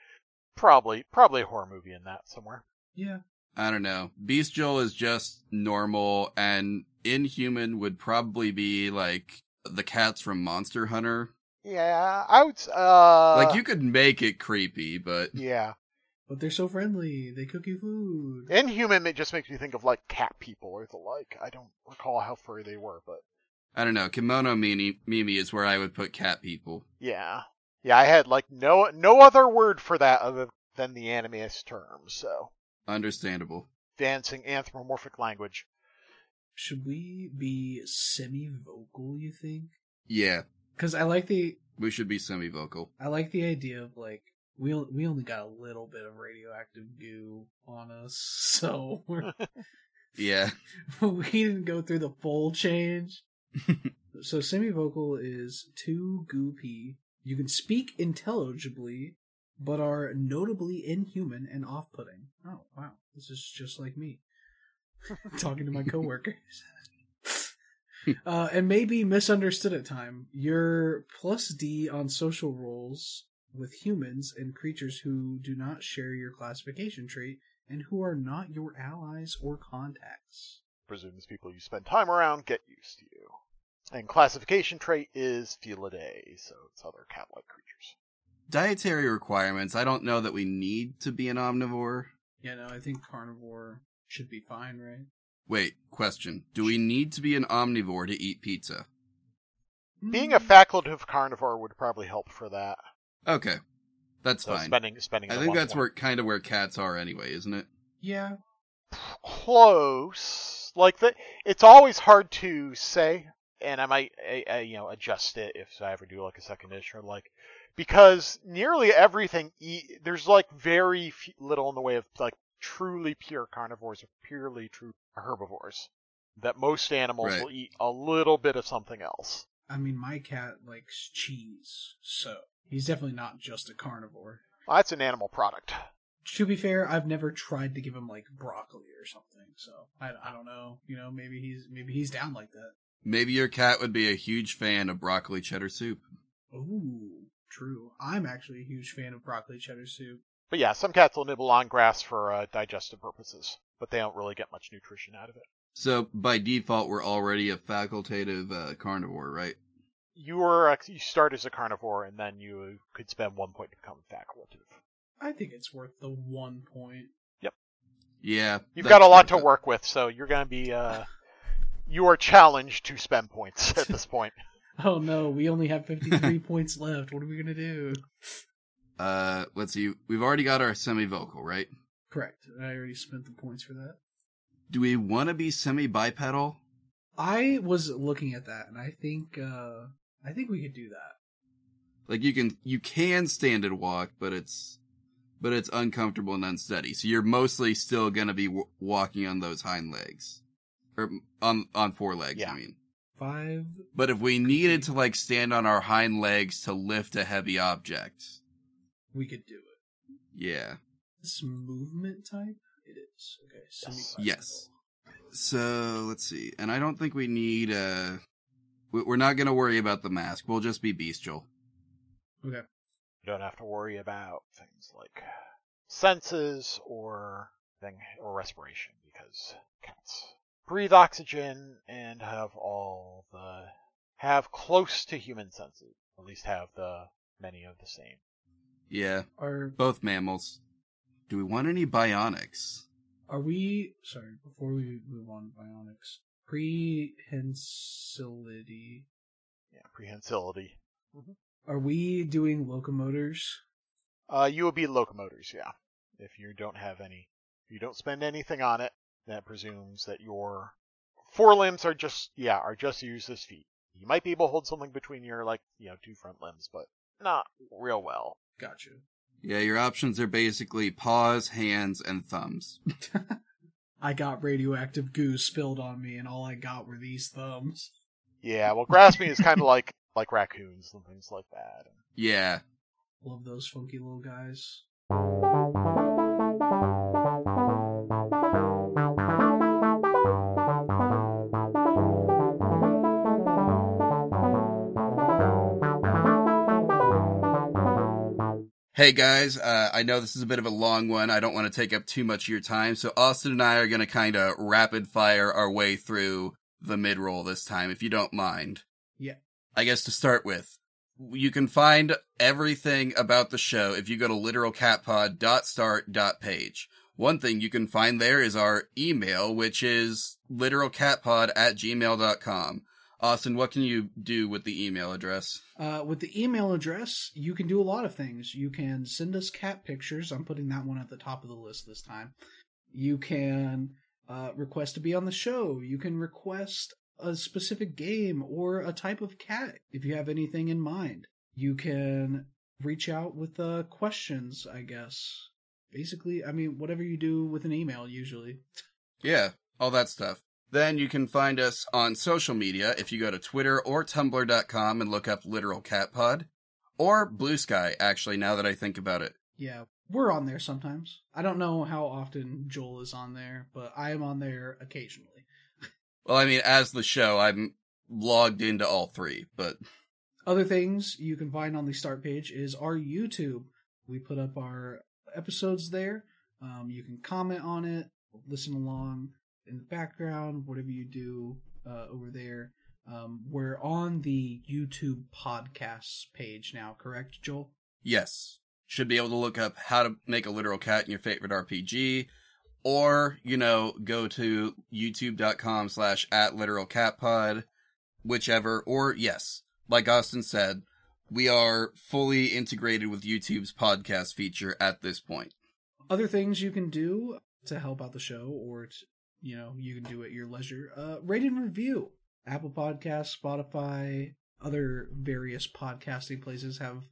Probably, probably a horror movie in that somewhere. yeah. I don't know. Beast Joel is just normal, and Inhuman would probably be like the cats from Monster Hunter. Yeah, I would. Uh, like you could make it creepy, but Yeah. But they're so friendly. They cook you food. Eh. Inhuman it just makes me think of like cat people or the like. I don't recall how furry they were, but I don't know. Kimono Mimi, Mimi is where I would put cat people. yeah, yeah. I had like no no other word for that other than the animist term. So Understandable. dancing anthropomorphic language. Should we be semi-vocal? You think? Yeah, Because I like the we should be semi-vocal. I like the idea of like we on- we only got a little bit of radioactive goo on us, [LAUGHS] so we're, Yeah, [LAUGHS] we didn't go through the full change. so semi-vocal is too goopy. You can speak intelligibly, but are notably inhuman and off-putting. Oh wow, this is just like me [LAUGHS] talking to my coworkers. uh, and may be misunderstood at time. Your plus D on social roles with humans and creatures who do not share your classification trait and who are not your allies or contacts. Presumes people you spend time around get used to you. And classification trait is Felidae, so it's other cat-like creatures. dietary requirements. I don't know that we need to be an omnivore. Yeah, no, I think carnivore should be fine, right? Wait, question. Do we need to be an omnivore to eat pizza? Being a Hmm. Hmm, facultative carnivore would probably help for that. Okay. That's So fine. spending spending. I the think one that's point. where kind of where cats are anyway, isn't it? Yeah, close. Like that, it's always hard to say, and I might, I, I, you know, adjust it if I ever do like a second edition, like because nearly everything e- there's like very f- little in the way of like truly pure carnivores or purely true herbivores that most animals Right. will eat a little bit of something else. I mean, my cat likes cheese, so he's definitely not just a carnivore. Well, that's an animal product. To be fair, I've never tried to give him like broccoli or something, so I, I don't know. You know, maybe he's maybe he's down like that. Maybe your cat would be a huge fan of broccoli cheddar soup. Ooh, true. I'm actually a huge fan of broccoli cheddar soup. But yeah, some cats will nibble on grass for uh, digestive purposes, but they don't really get much nutrition out of it. So by default, we're already a facultative uh, carnivore, right? you were a, you start as a carnivore and then you could spend one point to become facultative. I think it's worth the one point. Yeah. You've that's got a lot to worth it. work with, so you're going to be uh, you are challenged to spend points at this point. Oh no, we only have [LAUGHS] 53 points left. What are we gonna do? Uh, let's see. We've already got our semi-vocal, right? Correct. I already spent the points for that. Do we want to be semi-bipedal? I was looking at that, and I think uh I think we could do that. Like you can you can stand and walk, but it's but it's uncomfortable and unsteady. So you're mostly still gonna be w- walking on those hind legs, or on on four legs. Yeah. I mean, Five. but if we needed to like stand on our hind legs to lift a heavy object, We could do it. yeah. This movement type? It is. Okay. Yes. semi-bipedal. Yes. So let's see, and I don't think we need uh, we- we're not gonna worry about the mask. We'll just be bestial. Okay. You don't have to worry about things like senses or thing or respiration because because cats breathe oxygen and have all the have close to human senses. At least have the many of the same. Yeah, Are both mammals. Do we want any bionics? are we sorry, before we move on to bionics, prehensility. Yeah, prehensility. Are we doing locomotors? Uh, you would be locomotors, yeah. If you don't have any, if you don't spend anything on it, that presumes that your forelimbs are just, yeah, are just used as feet. You might be able to hold something between your, like, you know, two front limbs, but not real well. Gotcha. Yeah, your options are basically paws, hands, and thumbs. I got radioactive goo spilled on me, and all I got were these thumbs. Yeah, well, grasping is kind of like like raccoons and things like that. Yeah, Love those funky little guys. Hey guys, uh, I know this is a bit of a long one. I don't want to take up too much of your time. So Austin and I are going to kind of rapid fire our way through the mid roll this time, if you don't mind. Yeah. I guess to start with, you can find everything about the show if you go to literalcatpod.start.page. One thing you can find there is our email, which is literalcatpod at gmail.com. Austin, what can you do with the email address? Uh, with the email address, you can do a lot of things. You can send us cat pictures. I'm putting that one at the top of the list this time. You can uh, request to be on the show. You can request a specific game or a type of cat if you have anything in mind. You can reach out with uh, questions, I guess. Basically, I mean, whatever you do with an email, usually. Yeah, all that stuff. Then you can find us on social media if you go to Twitter or Tumblr.com and look up Literal Cat Pod or Blue Sky, actually, now that I think about it. Yeah, we're on there sometimes. I don't know how often Joel is on there, but I am on there occasionally. Well, I mean, as the show, I'm logged into all three, but Other things you can find on the start page is our YouTube. We put up our episodes there. Um, you can comment on it, listen along in the background, whatever you do uh, over there. Um, we're on the YouTube podcasts page now, correct, Joel? yes, should be able to look up how to make a literal cat in your favorite RPG or, you know, go to youtube.com slash at literal cat pod, whichever, or yes, like Austin said, we are fully integrated with YouTube's podcast feature at this point. Other things you can do to help out the show, or to, you know, you can do at your leisure. Uh, rate and review. Apple Podcasts, Spotify, other various podcasting places have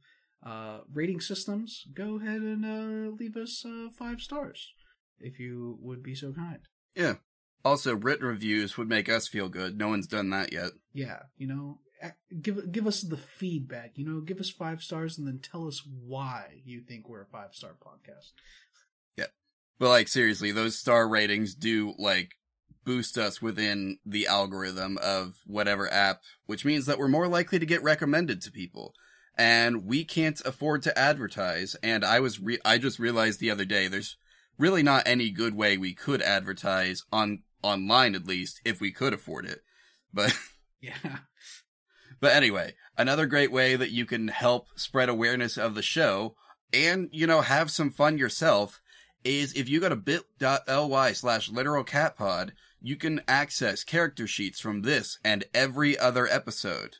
uh, rating systems, go ahead and uh, leave us uh, five stars if you would be so kind. Yeah. Also, written reviews would make us feel good. No one's done that yet. Yeah, you know, ac- give give us the feedback. You know, give us five stars and then tell us why you think we're a five star podcast. [LAUGHS] But like seriously, those star ratings do like boost us within the algorithm of whatever app, which means that we're more likely to get recommended to people. And we can't afford to advertise. And I was re- I just realized the other day there's really not any good way we could advertise on online at least if we could afford it. But Yeah, But anyway, another great way that you can help spread awareness of the show and, you know, have some fun yourself is if you go to bit.ly slash literal cat pod, you can access character sheets from this and every other episode.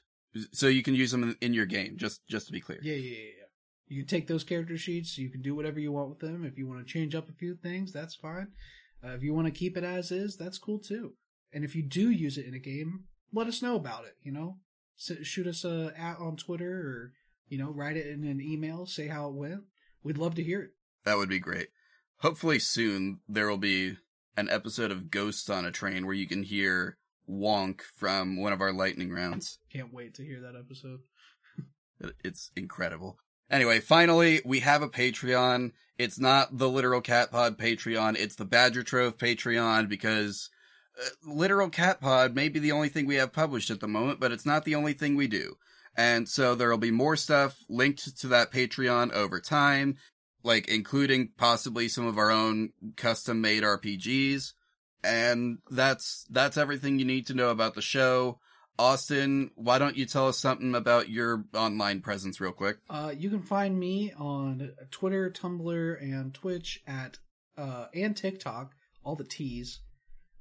So you can use them in- in your game, just, just to be clear. yeah, yeah, yeah. yeah. You can take those character sheets. You can do whatever you want with them. If you want to change up a few things, that's fine. Uh, if you want to keep it as is, that's cool too. And if you do use it in a game, let us know about it. You know, S- shoot us a at on Twitter or you know write it in an email. Say how it went. We'd love to hear it. That would be great. Hopefully soon there will be an episode of Ghosts on a Train where you can hear Wonk from one of our lightning rounds. Can't wait to hear that episode. It's incredible. Anyway, finally, we have a Patreon. It's not the Literal Cat Pod Patreon, it's the Badger Trove Patreon because uh, Literal Cat Pod may be the only thing we have published at the moment, but it's not the only thing we do. And so there'll be more stuff linked to that Patreon over time, like including possibly some of our own custom made RPGs. And that's that's everything you need to know about the show. Austin, why don't you tell us something about your online presence real quick? Uh, you can find me on Twitter, Tumblr, and Twitch at uh, and TikTok, all the T's,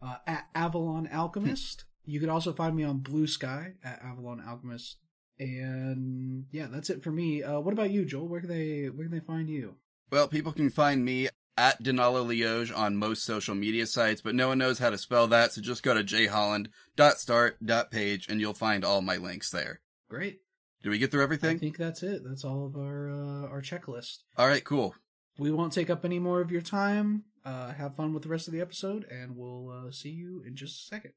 uh, at Avalon Alchemist. you can also find me on Blue Sky at Avalon Alchemist. And yeah, that's it for me. Uh, what about you, Joel? Where can they where can they find you? Well, people can find me at Denalo Lioge on most social media sites, but no one knows how to spell that, so just go to jholland.start.page and you'll find all my links there. Great. Did we get through everything? I think that's it. That's all of our uh, our checklist. all right, cool. We won't take up any more of your time. Uh, have fun with the rest of the episode, and we'll uh, see you in just a second.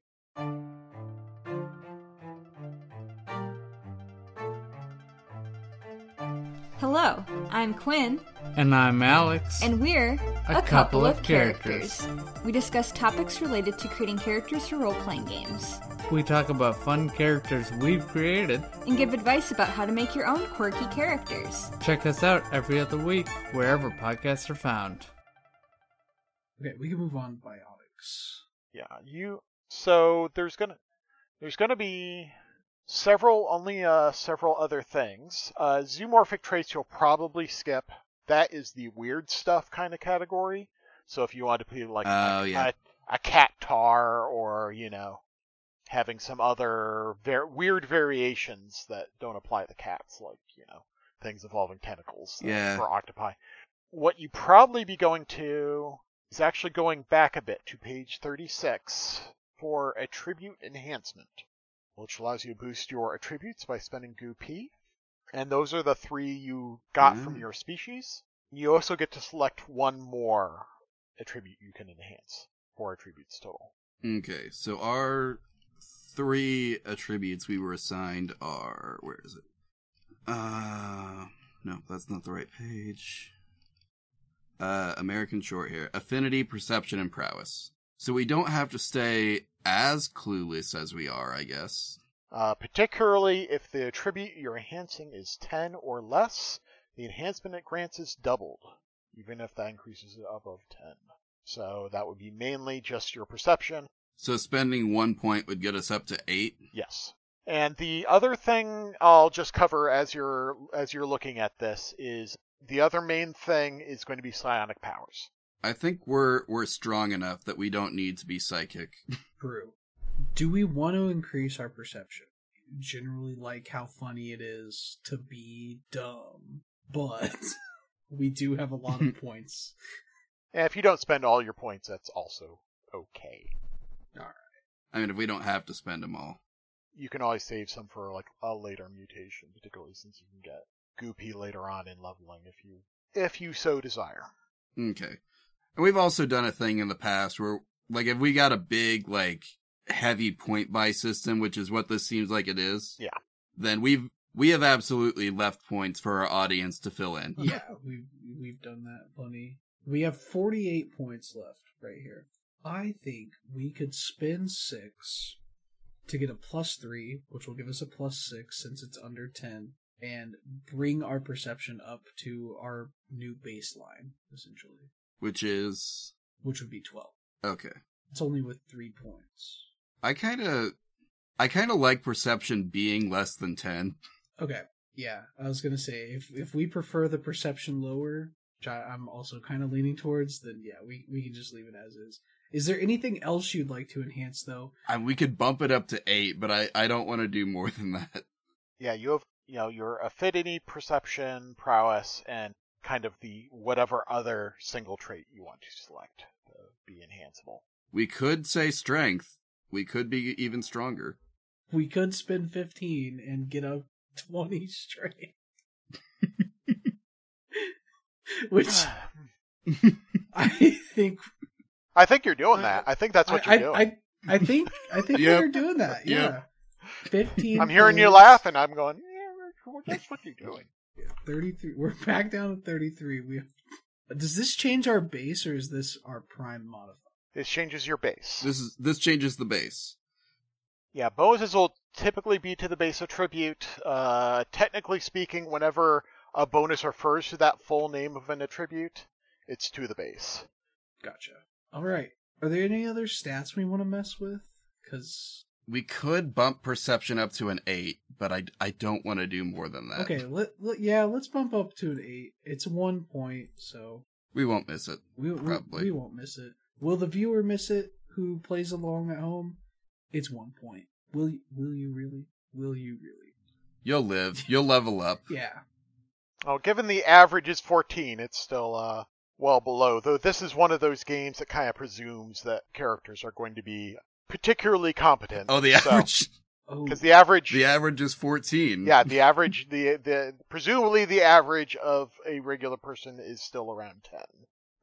Hello, I'm Quinn, And I'm Alex. and we're A couple of characters. We discuss topics related to creating characters for role playing games we talk about fun characters we've created. and give advice about how to make your own quirky characters. Check us out every other week, wherever podcasts are found. Okay, we can move on to biotics. Yeah, you. So there's gonna there's gonna be several only uh several other things. Uh, zoomorphic traits you'll probably skip. That is the weird stuff kind of category. So if you want to be like Oh, a, yeah. a, a cat tar or you know having some other ver- weird variations that don't apply to cats, like you know things involving tentacles uh, Yeah. for octopi. What you probably be going to is actually going back a bit to page 36 for attribute enhancement, which allows you to boost your attributes by spending goo P. And those are the three you got from Mm. your species. You also get to select one more attribute you can enhance. Four attributes total. Okay, so our three attributes we were assigned are where is it? Uh no, that's not the right page. Uh American short here. Affinity, perception, and prowess. So we don't have to stay as clueless as we are, I guess. Uh, particularly if the attribute you're enhancing is 10 or less, the enhancement it grants is doubled, even if that increases it above 10. So that would be mainly just your perception, So spending one point would get us up to eight. Yes. And the other thing I'll just cover as you're as you're looking at this is the other main thing is going to be psionic powers. I think we're we're strong enough that we don't need to be psychic. Brew, do we want to increase our perception? Generally, like how funny it is to be dumb, but [LAUGHS] we do have a lot of points. And if you don't spend all your points, that's also okay. I mean, if we don't have to spend them all. You can always save some for like a later mutation, particularly since you can get goopy later on in leveling if you if you so desire. Okay. And we've also done a thing in the past where, like, if we got a big, like, heavy point buy system, which is what this seems like it is. Yeah. Then we've, we have absolutely left points for our audience to fill in. yeah, we've we've done that plenty. We have forty eight points left right here. I think we could spend six to get a plus three, which will give us a plus six since it's under ten, and bring our perception up to our new baseline, essentially, Which is, which would be twelve. okay. It's only with three points. I kind of, I kind of like perception being less than 10. Okay. Yeah, I was gonna say if if we prefer the perception lower, which I, I'm also kind of leaning towards, then yeah, we we can just leave it as is. Is there anything else you'd like to enhance though? And we could bump it up to eight, but I, I don't want to do more [LAUGHS] than that. Yeah, you have you know your affinity, perception, prowess, and kind of the whatever other single trait you want to select to be enhanceable. We could say strength. We could be even stronger. We could spend fifteen and get a twenty [LAUGHS] straight. Which Ah. I think [SIGHS] I think you're doing that. I think that's what I, you're doing. I, I I think I [LAUGHS] think Yep. we're doing that. Yeah. Yep. Fifteen I'm hearing you points. laugh, and I'm going, yeah, that's what you're [LAUGHS] doing. 33 [LAUGHS] we're back down to 33 we does this change our base or is this our prime modifier This changes your base. This is, this changes the base. Yeah, bonuses will typically be to the base attribute. Uh, technically speaking, whenever a bonus refers to that full name of an attribute, it's to the base. gotcha all right Are there any other stats we want to mess with? Because We could bump perception up to an eight, but I, I don't want to do more than that. okay, let, let yeah, let's bump up to an eight. It's one point, so We won't miss it. we we, Probably. we won't miss it. Will the viewer miss it? Who plays along at home? It's one point. Will you, will you really? Will you really? You'll live. You'll level up. Yeah. Oh, given the average is 14, it's still uh, well below. Though this is one of those games that kind of presumes that characters are going to be particularly competent. Oh, the average. Oh, Because the average, The average is fourteen. yeah, the average, the the presumably the average of a regular person is still around 10.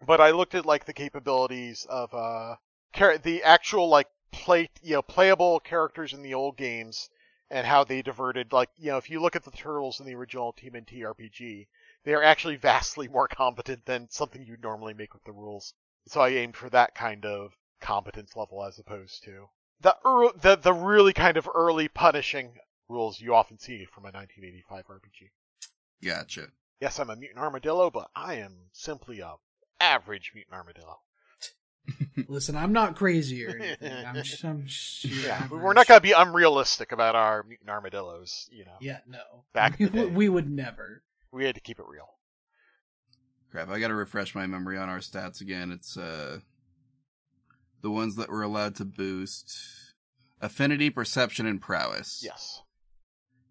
But I looked at like the capabilities of uh, char- the actual like play, you know, playable characters in the old games and how they diverted. Like, you know, if you look at the turtles in the original Team and TRPG, they are actually [LAUGHS] vastly more competent than something you'd normally make with the rules. So I aimed for that kind of competence level as opposed to the ear the the really kind of early punishing rules you often see from a 1985 RPG. Gotcha. Yes, I'm a mutant armadillo, but I am simply a average mutant armadillo. listen, I'm not crazy [LAUGHS] or anything. I'm just, I'm just your Yeah, average. we're not gonna be unrealistic about our mutant armadillos. You know, Yeah, no. Back we, in the day. we would never. we had to keep it real. Crap, I gotta refresh my memory on our stats again. It's uh the ones that were allowed to boost. Affinity, perception, and prowess. Yes.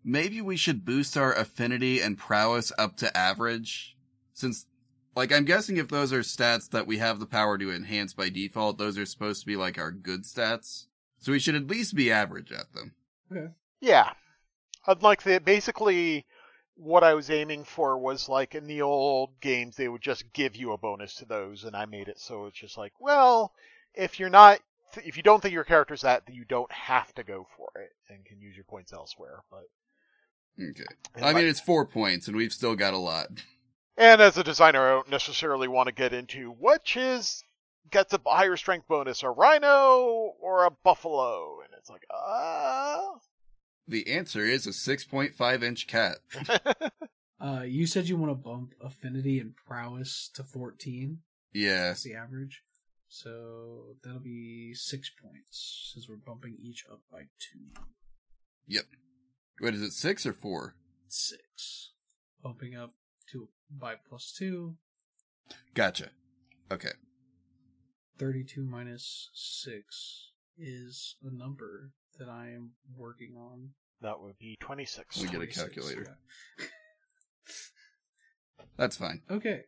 Maybe we should boost our affinity and prowess up to average. Since like I'm guessing if those are stats that we have the power to enhance by default, those are supposed to be like our good stats. So we should at least be average at them. Okay. Yeah. Unlike the basically what I was aiming for was like in the old games they would just give you a bonus to those and I made it so it's just like, well, if you're not if you don't think your character's that, then you don't have to go for it and can use your points elsewhere. But Okay. And I mean like- it's four points and we've still got a lot. and as a designer I don't necessarily want to get into which is gets a higher strength bonus, a rhino or a buffalo and it's like, ah The answer is a six point five inch cat. Uh, you said you want to bump affinity and prowess to 14. Yeah. That's the average. So that'll be six points since we're bumping each up by two. Yep. What is it, six or four? Six. Bumping up to by plus two. Gotcha. Okay. 32 minus six is the number that I am working on. [LAUGHS] that would be twenty six. We get a 26, calculator. yeah. That's fine. Okay.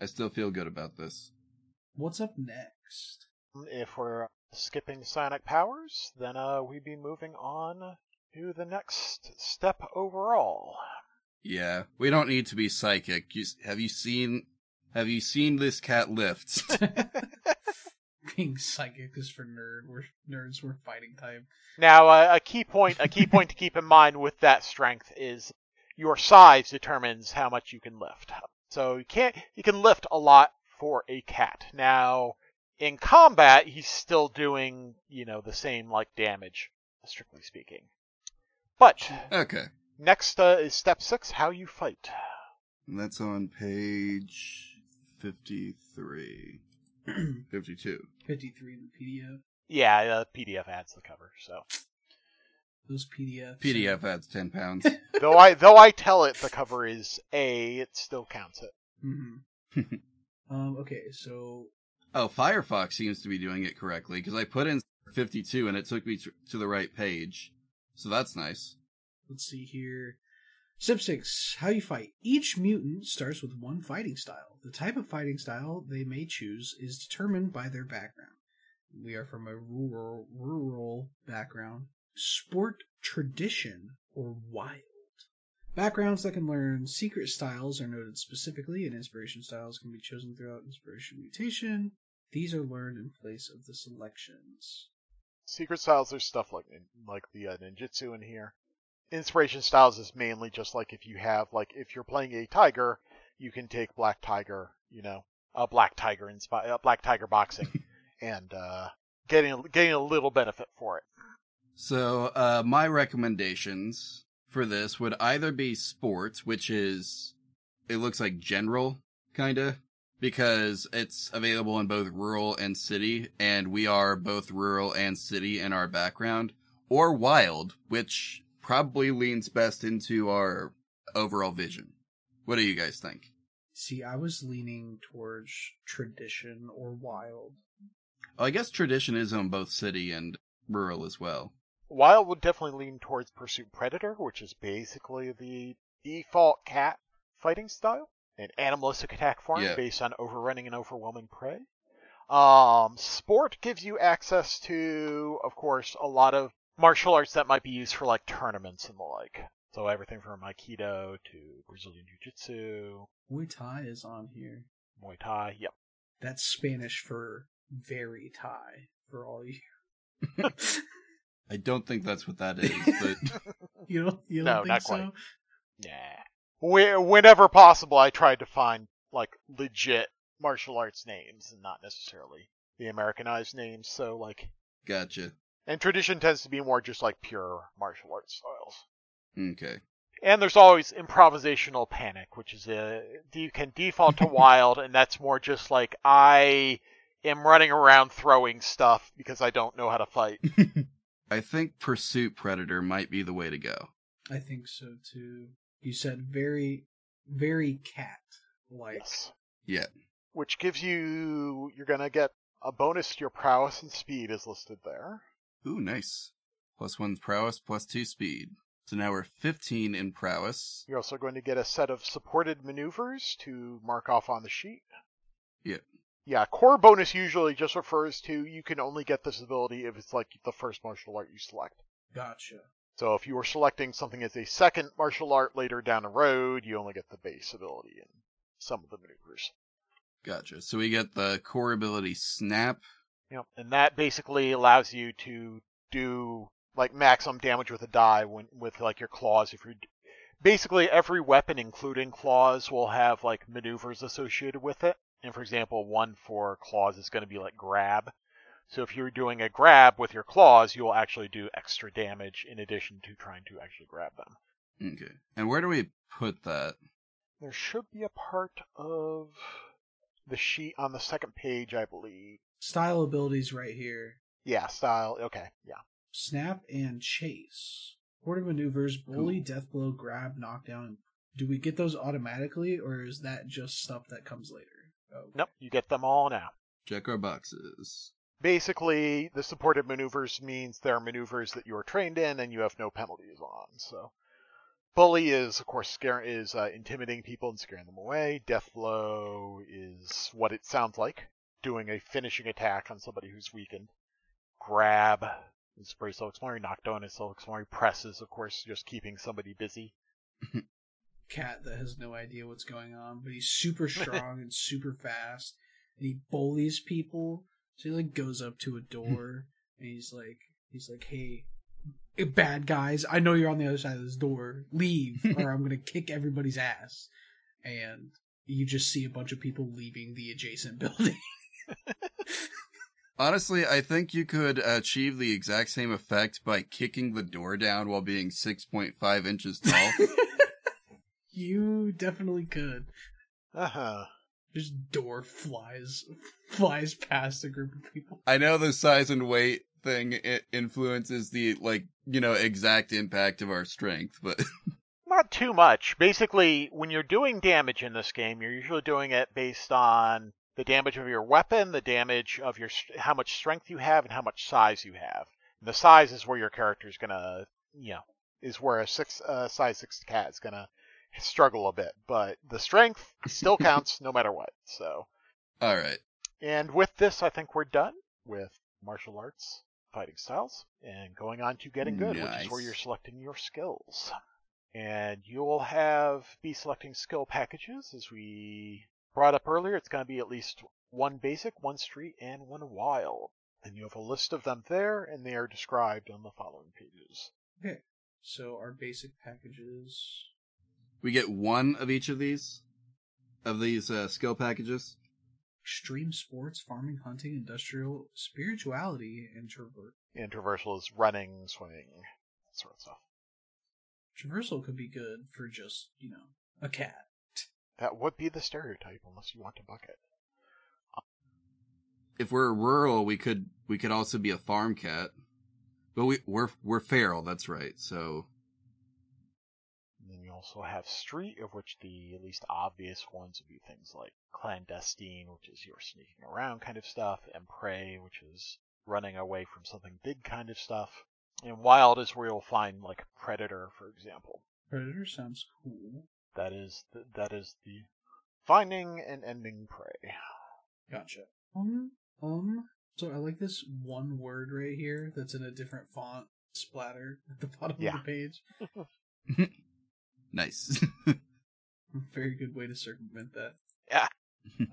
I still feel good about this. What's up next? [LAUGHS] Um, if we're skipping psionic powers, then uh, we'd be moving on to the next step overall. Yeah. We don't need to be psychic. You, have you seen have you seen this cat lift? [LAUGHS] Being psychic is for nerd. We're nerds. We're fighting type. Now, uh, a key point, a key point to keep in mind with that strength is your size determines how much you can lift. So you can't you can lift a lot for a cat. Now, in combat, he's still doing you know the same like damage, strictly speaking. But okay. next uh, is step six: how you fight. And that's on page 53. 52. 53 in the PDF. Yeah, uh, the PDF adds the cover, so. Those PDFs. PDF adds 10 pounds. though I though I tell it the cover is A, it still counts it. hmm um, okay, so oh, Firefox seems to be doing it correctly because I put in 52 and it took me to, to the right page. So that's nice. let's see here. Step 6 How you fight. Each mutant starts with one fighting style. The type of fighting style they may choose is determined by their background. We are from a rural, rural background. Sport, tradition, or wild. Backgrounds that can learn secret styles are noted specifically, and inspiration styles can be chosen throughout inspiration mutation. These are learned in place of the selections. Secret styles there's stuff like nin- like the uh, ninjutsu in here. Inspiration styles is mainly just like if you have like if you're playing a tiger, you can take black tiger, you know, a black tiger inspi- uh, black tiger boxing, and uh, getting a- getting a little benefit for it. So, uh, my recommendations for this would either be sports, which is, it looks like general, kinda. because it's available in both rural and city, and we are both rural and city in our background, or wild, which probably leans best into our overall vision. What do you guys think? See, I was leaning towards tradition or wild. I guess tradition is on both city and rural as well. Wild would definitely lean towards Pursuit Predator, which is basically the default cat fighting style, an animalistic attack form Yeah. based on overrunning and overwhelming prey. Um, sport gives you access to, of course, a lot of martial arts that might be used for like tournaments and the like. So everything from Aikido to Brazilian Jiu-Jitsu, Muay Thai is on here. Muay Thai. Yep. That's Spanish for very Thai for all you. [LAUGHS] [LAUGHS] I don't think that's what that is, but You don't, you No, don't think not so? quite. Nah. Whe- whenever possible, I tried to find like legit martial arts names and not necessarily the Americanized names. So like, gotcha. and tradition tends to be more just like pure martial arts styles. Okay. And there's always improvisational panic, which is a you can default to wild, and that's more just like I am running around throwing stuff because I don't know how to fight. I think Pursuit Predator might be the way to go. I think so too. You said very, very cat like. Yes. Yeah. Which gives you you're gonna get a bonus to your prowess and speed is listed there. Ooh, nice. Plus one prowess, plus two speed. So now we're 15 in prowess. You're also going to get a set of supported maneuvers to mark off on the sheet. Yeah. Yeah, core bonus usually just refers to you can only get this ability if it's like the first martial art you select. Gotcha. So if you were selecting something as a second martial art later down the road, you only get the base ability and some of the maneuvers. Gotcha. So we get the core ability Snap. Yep. And that basically allows you to do like maximum damage with a die when with like your claws if you're d- basically every weapon including claws will have like maneuvers associated with it. And for example, one for claws is going to be like grab. So if you're doing a grab with your claws, you will actually do extra damage in addition to trying to actually grab them. Okay. And where do we put that? There should be a part of the sheet on the second page, I believe. Style abilities right here. Yeah, style. Okay, yeah. Snap and chase. Quarter maneuvers, bully, Ooh. death blow, grab, knockdown. Do we get those automatically, or is that just stuff that comes later? Oh, Nope, you get them all now. Check our boxes. Basically, the supported maneuvers means they're maneuvers that you are trained in and you have no penalties on. So, bully is, of course, scare is uh, intimidating people and scaring them away. Death blow is what it sounds like, doing a finishing attack on somebody who's weakened. Grab is pretty self-explanatory. Knockdown is self-explanatory. Press is, of course, just keeping somebody busy. cat that has no idea what's going on, but he's super strong and super fast, and he bullies people. So he like goes up to a door and he's like, he's like, hey, eh, bad guys, I know you're on the other side of this door. Leave, or I'm gonna kick everybody's ass. And you just see a bunch of people leaving the adjacent [LAUGHS] building. Honestly, I think you could achieve the exact same effect by kicking the door down while being 6.5 inches [LAUGHS] tall. you definitely could. Uh-huh. Just door flies flies past a group of people. I know the size and weight thing it influences the like, you know, exact impact of our strength, but [LAUGHS] Not too much. Basically, when you're doing damage in this game, you're usually doing it based on the damage of your weapon, the damage of your st- how much strength you have, and how much size you have. And the size is where your character's gonna, you know, is where a six uh, size six cat is gonna [LAUGHS] struggle a bit. But the strength still counts no matter what. So, all right. and with this, I think we're done with martial arts fighting styles and going on to getting good, which is where Nice. you're selecting your skills. And you'll have be selecting skill packages as we brought up earlier. It's going to be at least one basic, one street, and one wild. And you have a list of them there, and they are described on the following pages. Okay. So our basic packages We get one of each of these of these uh, skill packages. extreme sports, farming, hunting, industrial, spirituality, and traver- And traversal is running, swimming, that sort of stuff. traversal could be good for just, you know, a cat. That would be the stereotype, unless you want to bucket. if we're rural, we could we could also be a farm cat, but we we're we're feral. That's right. So And then you also have street, of which the least obvious ones would be things like clandestine, which is you're sneaking around kind of stuff, and prey, which is running away from something big kind of stuff. And wild is where you'll find like predator, for example. Predator sounds cool. That is th- that is the finding and ending prey. Gotcha. Um, um. So I like this one word right here that's in a different font splatter at the [LAUGHS] bottom Yeah. of the page. nice. [LAUGHS] [LAUGHS] Very good way to circumvent that. Yeah.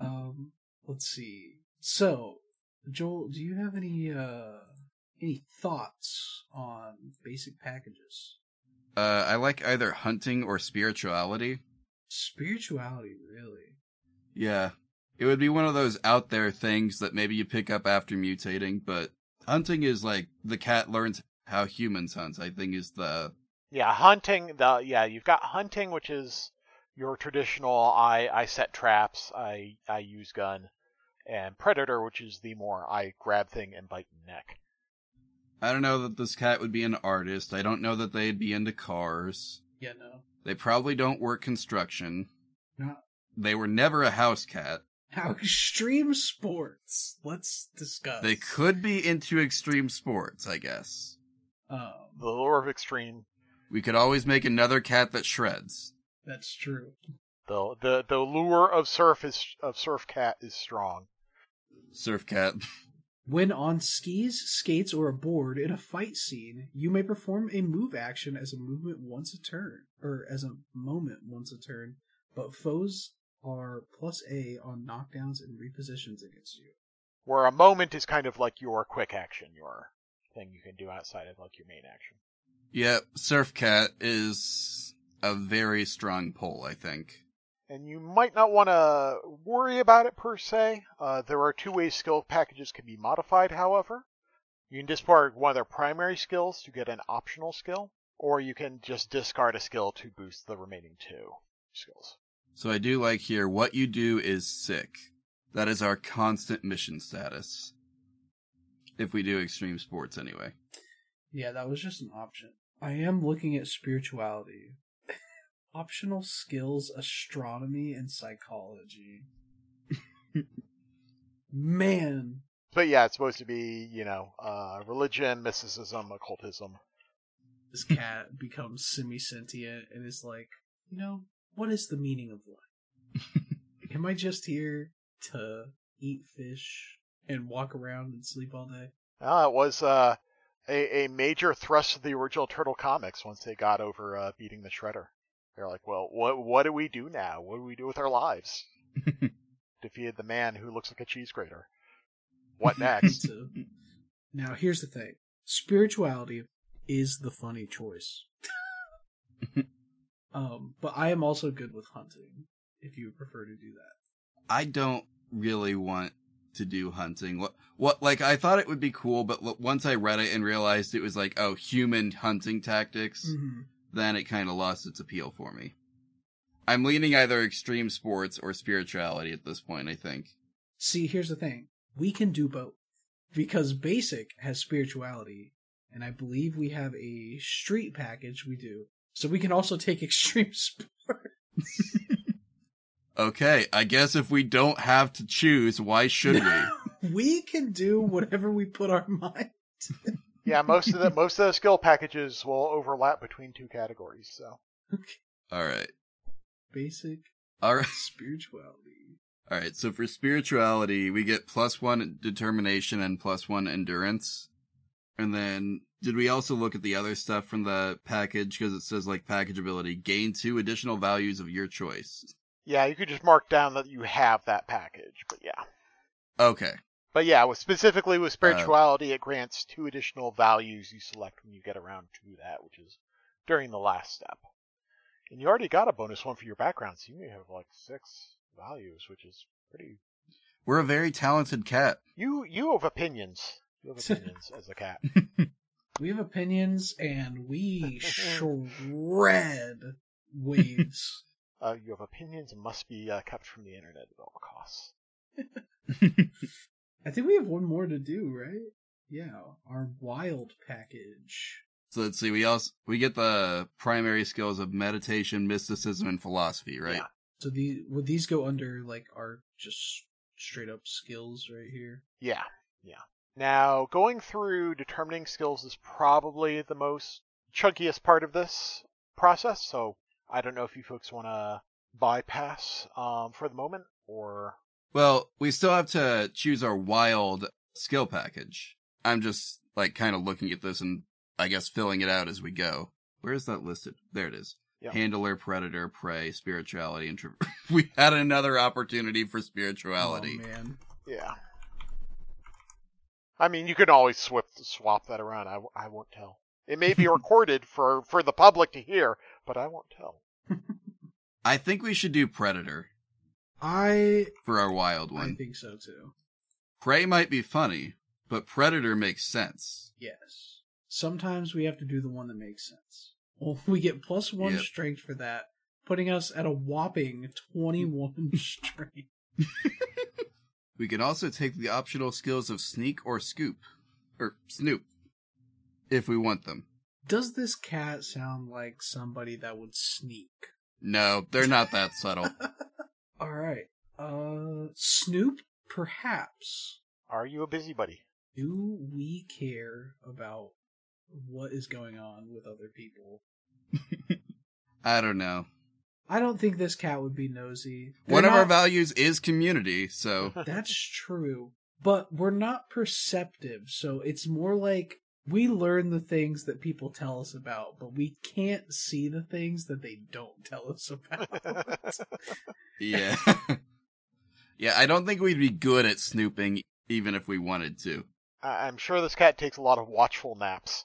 [LAUGHS] um. Let's see. So, Joel, do you have any uh any thoughts on basic packages? uh, I like either hunting or spirituality. Spirituality, really? Yeah, it would be one of those out there things that maybe you pick up after mutating. But hunting is like the cat learns how humans hunt. I think is the Yeah, hunting. The yeah, you've got hunting, which is your traditional. I I set traps. I I use gun, and predator, which is the more I grab thing and bite neck. I don't know that this cat would be an artist. I don't know that they'd be into cars. Yeah. No. They probably don't work construction. Not They were never a house cat. how [LAUGHS] extreme sports. Let's discuss. They could be into extreme sports, I guess. Um. The lure of extreme. We could always make another cat that shreds. That's true. The the the lure of surf is of surf cat is strong. Surf cat. [LAUGHS] When on skis, skates, or a board in a fight scene, you may perform a move action as a movement once a turn, or as a moment once a turn, but foes are plus A on knockdowns and repositions against you. Where a moment is kind of like your quick action, your thing you can do outside of like your main action. Yep, surf cat is a very strong pull, I think. and you might not want to worry about it per se. Uh, there are two ways skill packages can be modified, however. You can discard one of their primary skills to get an optional skill, or you can just discard a skill to boost the remaining two skills. So I do like here what you do is sick. That is our constant mission status. If we do extreme sports anyway. Yeah, that was just an option. I am looking at spirituality. [LAUGHS] Optional skills astronomy and [LAUGHS] psychology. Man, But yeah, it's supposed to be, you know, uh, religion, mysticism, occultism. this cat becomes semi sentient and is like, you know, what is the meaning of life? Am I just here to eat fish and walk around and sleep all day? Uh, it was uh, a, a major thrust of the original Turtle comics once they got over uh, beating the Shredder. They're like, well, what what do we do now? What do we do with our lives? Defeated the man who looks like a cheese grater. [LAUGHS] What next? So- now, here's the thing spirituality is the funny choice. um, but I am also good with hunting if you prefer to do that. I don't really want to do hunting. What, what, like, I thought it would be cool, but l- once I read it and realized it was like, oh, human hunting tactics, Mm. then it kind of lost its appeal for me. I'm leaning either extreme sports or spirituality at this point, I think. See, here's the thing. We can do both. Because basic has spirituality, and I believe we have a street package we do. So we can also take [LAUGHS] extreme sport. Okay, I guess if we don't have to choose, why should we? we can do whatever we put our mind. yeah, most of the most of the skill packages will overlap between two categories. So Okay. All right. Basic All right. spirituality. All right. So for spirituality, we get plus one determination and plus one endurance. And then did we also look at the other stuff from the package? Cause it says like package ability, gain two additional values of your choice. yeah, you could just mark down that you have that package. But yeah, Okay. but yeah, with specifically with spirituality, it grants two additional values you select when you get around to that, which is during the last step. And you already got a bonus one for your background, so you may have like six values, which is pretty. We're a very talented cat. You you have opinions. You have opinions as a cat. We have opinions and we shred waves. Uh, you have opinions and must be uh, kept from the internet at all costs. I think we have one more to do, right? Yeah, our wild package. So let's see. We also we get the primary skills of meditation, mysticism, and philosophy, right? Yeah. So these would these go under like our just straight up skills right here? Yeah, yeah. Now, going through determining skills is probably the most chunkiest part of this process, so I don't know if you folks want to bypass um, for the moment or. Well, we still have to choose our wild skill package. I'm just like kind of looking at this and I guess filling it out as we go. Where is that listed? There it is. Yeah. Handler, predator, prey, spirituality, and tra- [LAUGHS] we had another opportunity for spirituality. Oh, man. Yeah. I mean, you can always swip, swap that around. I, w- I won't tell. It may be recorded for, for the public to hear, but I won't tell. I think we should do predator I for our wild I one. think so too. Prey might be funny, but predator makes sense. Yes. Sometimes we have to do the one that makes sense. [LAUGHS] Well, we get plus one Yep. strength for that, putting us at a whopping [LAUGHS] twenty-one strength. We could also take the optional skills of sneak or scoop or snoop if we want them. Does this cat sound like somebody that would sneak? No, they're not that [LAUGHS] subtle. All right. Uh, Snoop, perhaps. Are you a busybody? Do we care about what is going on with other people? I don't know. I don't think this cat would be nosy. One They're of our not- values is community, [LAUGHS] so That's true. But we're not perceptive, so it's more like we learn the things that people tell us about, but we can't see the things that they don't tell us about. [LAUGHS] yeah. [LAUGHS] yeah, I don't think we'd be good at snooping even if we wanted to. I- I'm sure this cat takes a lot of watchful naps.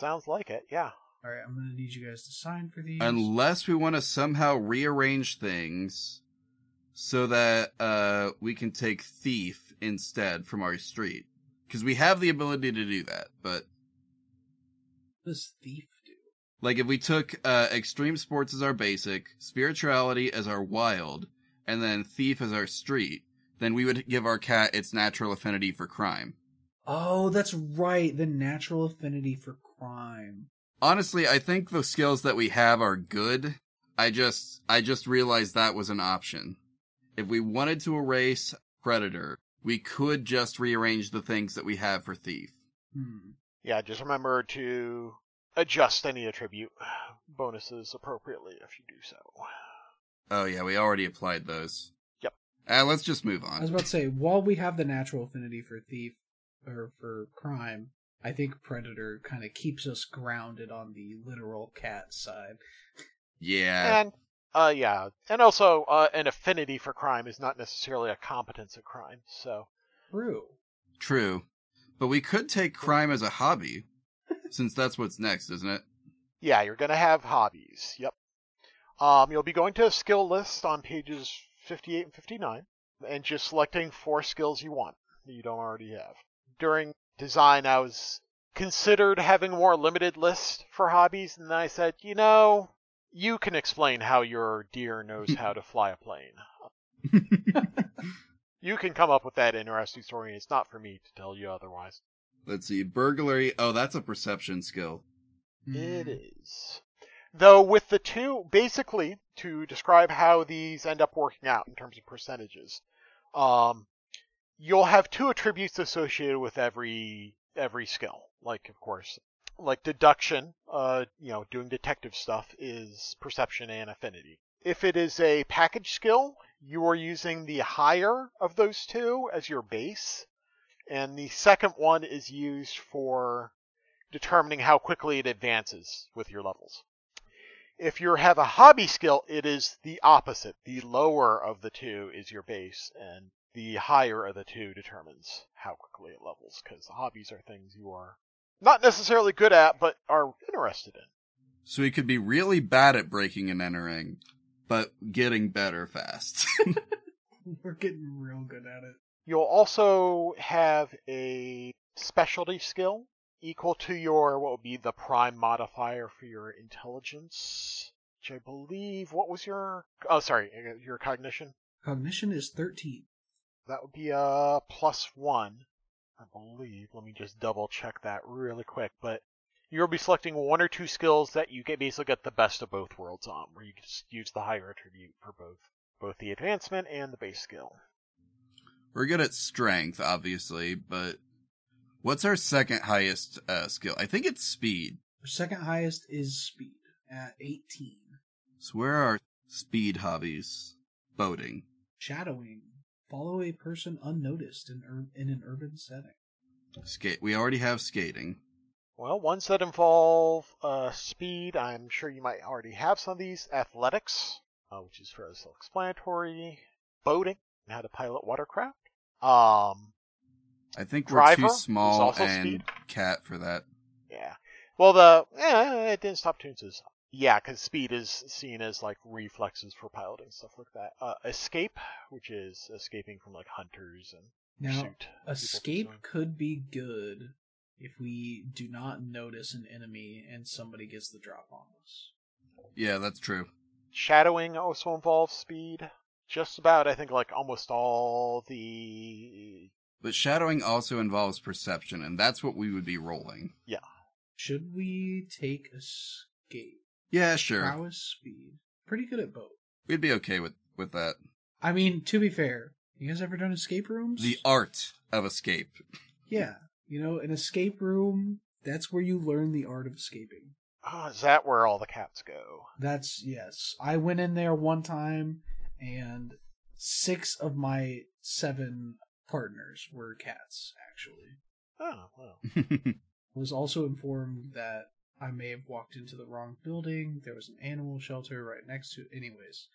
Sounds like it, yeah. All right, I'm going to need you guys to sign for these. Unless we want to somehow rearrange things so that uh we can take thief instead from our street because we have the ability to do that, but What does thief do? Like if we took uh, extreme sports as our basic, spirituality as our wild, and then thief as our street, then we would give our cat its natural affinity for crime. Oh, that's right. The natural affinity for crime. Honestly, I think the skills that we have are good. I just I just realized that was an option. If we wanted to erase predator, we could just rearrange the things that we have for thief. Hmm. Yeah, just remember to adjust any attribute [SIGHS] bonuses appropriately if you do so. Oh yeah, we already applied those. Yep. Uh, let's just move I was on. about to say, while we have the natural affinity for thief or for crime, I think predator kind of keeps us grounded on the literal cat side. Yeah. And uh yeah, and also uh, an affinity for crime is not necessarily a competence at crime. So True. True. But we could take crime as a hobby, since that's what's next, isn't it? yeah, you're going to have hobbies. Yep. Um you'll be going to a skill list on pages 58 and 59 and just selecting four skills you want that you don't already have. During design I was considered having a more limited list for hobbies and then I said, "You know, you can explain how your deer knows how to fly a plane." You can come up with that interesting story, and it's not for me to tell you otherwise. Let's see. Burglary. Oh, that's a perception skill. Mm, It is. Though with the two, basically, to describe how these end up working out in terms of percentages, um, you'll have two attributes associated with every every skill. Like, of course, like deduction, uh, you know, doing detective stuff is perception and affinity. If it is a package skill, you are using the higher of those two as your base, and the second one is used for determining how quickly it advances with your levels. If you have a hobby skill, it is the opposite. The lower of the two is your base, and the higher of the two determines how quickly it levels, because hobbies are things you are not necessarily good at, but are interested in. So we could be really bad at breaking and entering, but getting better fast. [LAUGHS] [LAUGHS] We're getting real good at it. You'll also have a specialty skill equal to your what would be the prime modifier for your intelligence, which I believe what was your oh sorry your cognition. Cognition is 13. That would be a plus one, I believe. Let me just double check that really quick. But you'll be selecting one or two skills that you get basically get the best of both worlds on, where you just use the higher attribute for both both the advancement and the base skill. We're good at strength, obviously, but what's our second highest uh, skill? I think it's speed. Our second highest is speed at 18. So where are our speed hobbies? Boating. Shadowing. Follow a person unnoticed in, ur- in an urban setting. Skate. We already have skating. Well, ones that involve uh, speed, I'm sure you might already have some of these. Athletics, uh, which is fairly self-explanatory. Boating, and how to pilot watercraft. Um, I think Driver we're too is small also and speed. cat for that. yeah. Well, the eh, it didn't stop Toons. Yeah, because speed is seen as like reflexes for piloting stuff like that. Uh, escape, which is escaping from like hunters and Now, pursuit. people escape pursuing. could be good if we do not notice an enemy and somebody gets the drop on us. Yeah, that's true. Shadowing also involves speed. Just about, I think, like almost all the But shadowing also involves perception, and that's what we would be rolling. Should we take escape? Yeah, sure. Prowess, speed. Pretty good at both. We'd be okay with, with that. I mean, to be fair, you guys ever done escape rooms? The art of escape. [LAUGHS] yeah, you know, an escape room. That's where you learn the art of escaping. Oh, is that where all the cats go? That's yes. I went in there one time, and six of my seven partners were cats. Actually, Oh, well. I was also informed that I may have walked into the wrong building. There was an animal shelter right next to. Anyways,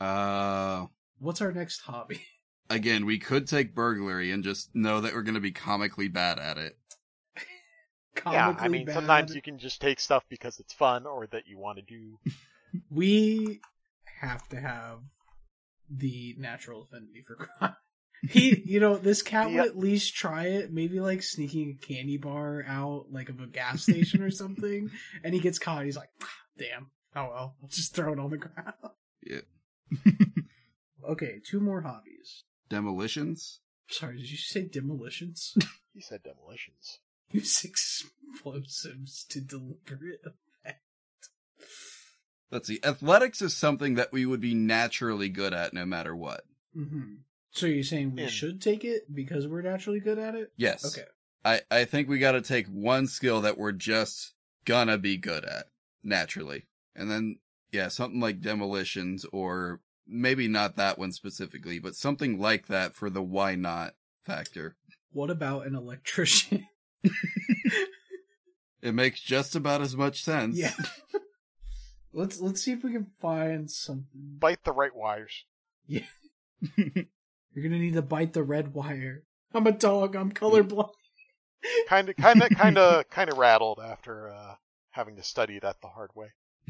uh, what's our next hobby? again, we could take burglary and just know that we're going to be comically bad at it. yeah, I Comically mean, bad. sometimes you can just take stuff because it's fun or that you want to do. we have to have the natural affinity for [LAUGHS] crime. He, you know, this cat Yeah. would at least try it. Maybe like sneaking a candy bar out, like of a gas station or [LAUGHS] something, and he gets caught. He's like, "Ah, "Damn! Oh well, I'll just throw it on the ground." [LAUGHS] Yeah. Okay, two more hobbies. Demolitions? Sorry, did you say demolitions? [LAUGHS] You said demolitions. Use explosives to deliver it. Let's see. Athletics is something that we would be naturally good at no matter what. hmm So you're saying we Yeah. should take it because we're naturally good at it? Yes. Okay. I, I think we got to take one skill that we're just gonna be good at naturally. And then, yeah, something like demolitions or maybe not that one specifically, but something like that for the why not factor. What about an electrician? [LAUGHS] It makes just about as much sense. yeah. [LAUGHS] let's let's see if we can find something. Bite the right wires. You're gonna need to bite the red wire. I'm a dog. I'm colorblind. Kind of, kind of, kind of, kind of rattled after uh, having to study that the hard way.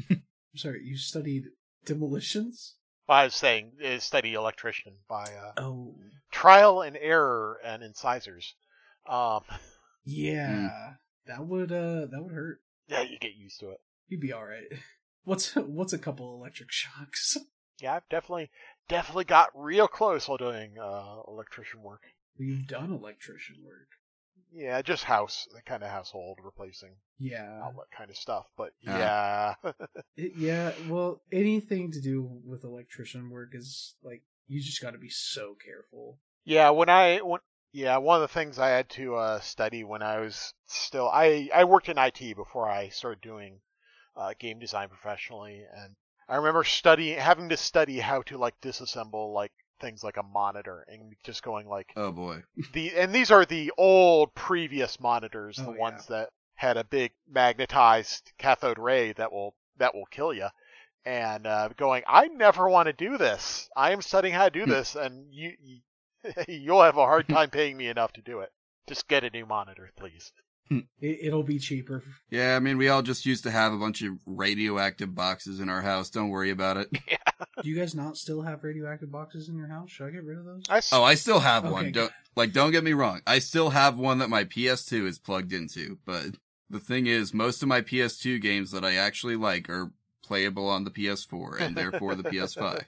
I'm sorry. You studied demolitions. Well, I was saying uh, study electrician by uh, Oh trial and error and incisors. Um, [LAUGHS] yeah. That would uh that would hurt. yeah, you get used to it. You'd be all right. [LAUGHS] What's what's a couple electric shocks? [LAUGHS] Yeah, I've definitely, definitely got real close while doing uh, electrician work. You've done electrician work. Yeah, just house, that kind of household replacing Yeah. outlet kind of stuff. But Yeah. yeah. [LAUGHS] It, yeah, well, anything to do with electrician work is like you just got to be so careful. Yeah, when I when, yeah, one of the things I had to uh, study when I was still I I worked in IT before I started doing uh, game design professionally, and I remember studying having to study how to like disassemble like things like a monitor and just going like Oh boy. the and these are the old previous monitors, the Oh, yeah. ones that had a big magnetized cathode ray that will that will kill you. And uh, going, I never want to do this. I am studying how to do this, and you, you [LAUGHS] you'll have a hard time paying me enough to do it. Just get a new monitor, please. It, it'll be cheaper. Yeah, I mean, we all just used to have a bunch of radioactive boxes in our house. Don't worry about it. Do you guys not still have radioactive boxes in your house? Should I get rid of those? I s- Oh, I still have Okay. one. Don't like don't get me wrong. I still have one that my PS2 is plugged into, but the thing is most of my PS2 games that I [LAUGHS] actually like are playable on the PS4 and therefore the PS5.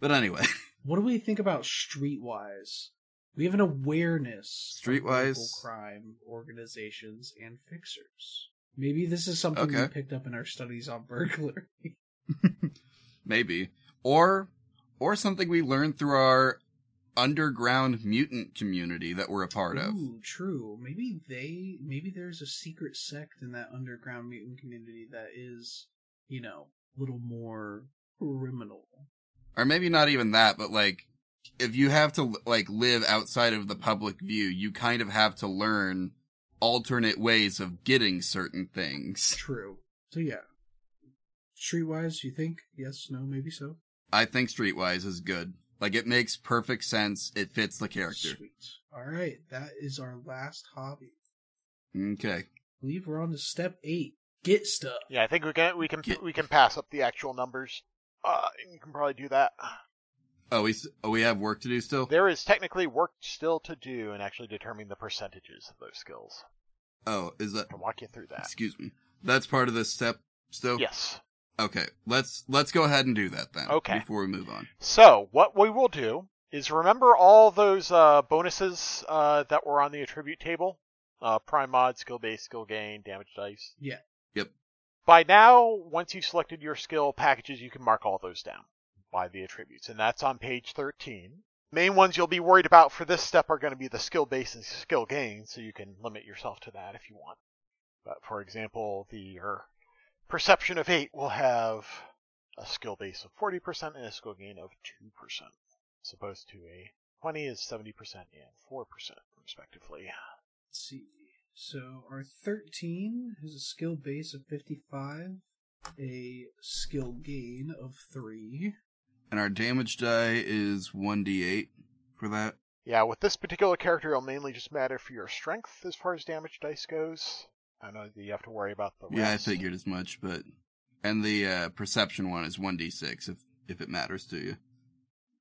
But anyway, [LAUGHS] What do we think about streetwise? We have an awareness of Streetwise- local crime organizations and fixers. Maybe this is something we Okay. picked up in our studies on burglary. Maybe. Or or something we learned through our underground mutant community that we're a part of. Ooh, true. Maybe they maybe there's a secret sect in that underground mutant community that is, you know, a little more criminal. Or maybe not even that, but like if you have to like live outside of the public view, you kind of have to learn alternate ways of getting certain things. True. So yeah. Streetwise, you think? Yes, no, maybe so. I think Streetwise is good. Like it makes perfect sense. It fits the character. Sweet. Alright, that is our last hobby. Okay. I believe we're on to step eight. Get stuff. Yeah, I think we can we can Get- we can pass up the actual numbers. Uh, you can probably do that. Oh, we s- oh, we have work to do still. There is technically work still to do in actually determining the percentages of those skills. Oh, is that? I can walk you through that. Excuse me. That's part of this step still. Yes. Okay, let's let's go ahead and do that then. Okay. Before we move on. So what we will do is remember all those uh, bonuses uh, that were on the attribute table: uh, prime mod, skill base, skill gain, damage dice. Yeah. Yep. By now, once you've selected your skill packages, you can mark all those down by the attributes, and that's on page 13. Main ones you'll be worried about for this step are going to be the skill base and skill gain, so you can limit yourself to that if you want. But for example, the your perception of 8 will have a skill base of 40% and a skill gain of 2%, as opposed to a 20 is 70% and 4%, respectively. Let's see. So our 13 has a skill base of 55, a skill gain of 3. And our damage die is one d eight for that. Yeah, with this particular character, it'll mainly just matter for your strength as far as damage dice goes. I know that you have to worry about the. Yeah, I rest. figured as much, but and the uh, perception one is one d six if if it matters to you.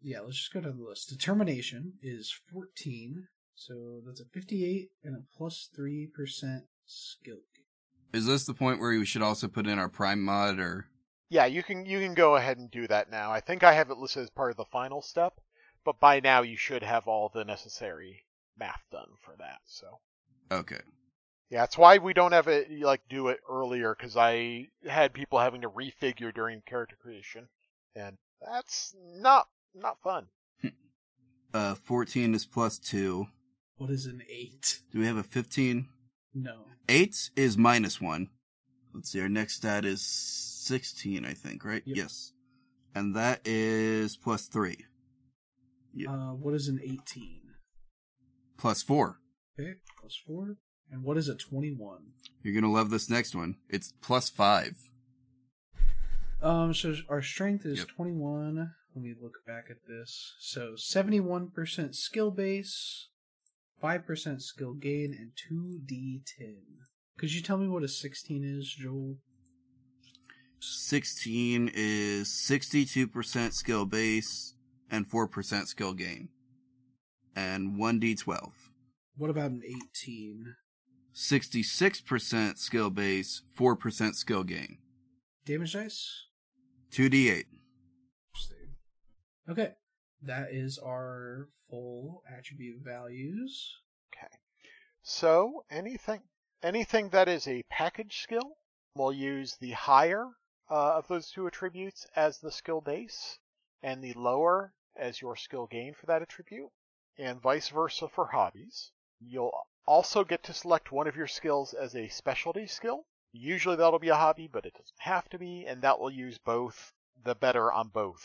Yeah, let's just go down the list. Determination is 14, so that's a 58 and a plus 3% skill gain. Is this the point where we should also put in our prime mod or? Yeah, you can you can go ahead and do that now. I think I have it listed as part of the final step, but by now you should have all the necessary math done for that. So Okay. yeah, that's why we don't have it like do it earlier because I had people having to refigure during character creation, and that's not not fun. Uh, fourteen is plus two. What is an 8? Do we have a fifteen? No. Eight is minus one. Let's see, our next stat is 16, I think, right? Yep. Yes. And that is plus three, Yeah. Uh, what is an 18? plus four. Okay, plus 4. And what is a 21? You're going to love this next one. It's plus five. Um, so our strength is Yep. 21. Let me look back at this. So 71% skill base, 5% skill gain, and 2d10. Could you tell me what a 16 is, Joel? 16 is 62% skill base and 4% skill gain. And 1d12. What about an 18? 66% skill base, 4% skill gain. Damage dice? 2d8. Interesting. Okay. That is our full attribute values. Okay. So anything anything that is a package skill will use the higher uh, of those two attributes as the skill base, and the lower as your skill gain for that attribute, and vice versa for hobbies. You'll also get to select one of your skills as a specialty skill. Usually that'll be a hobby, but it doesn't have to be, and that will use both the better on both.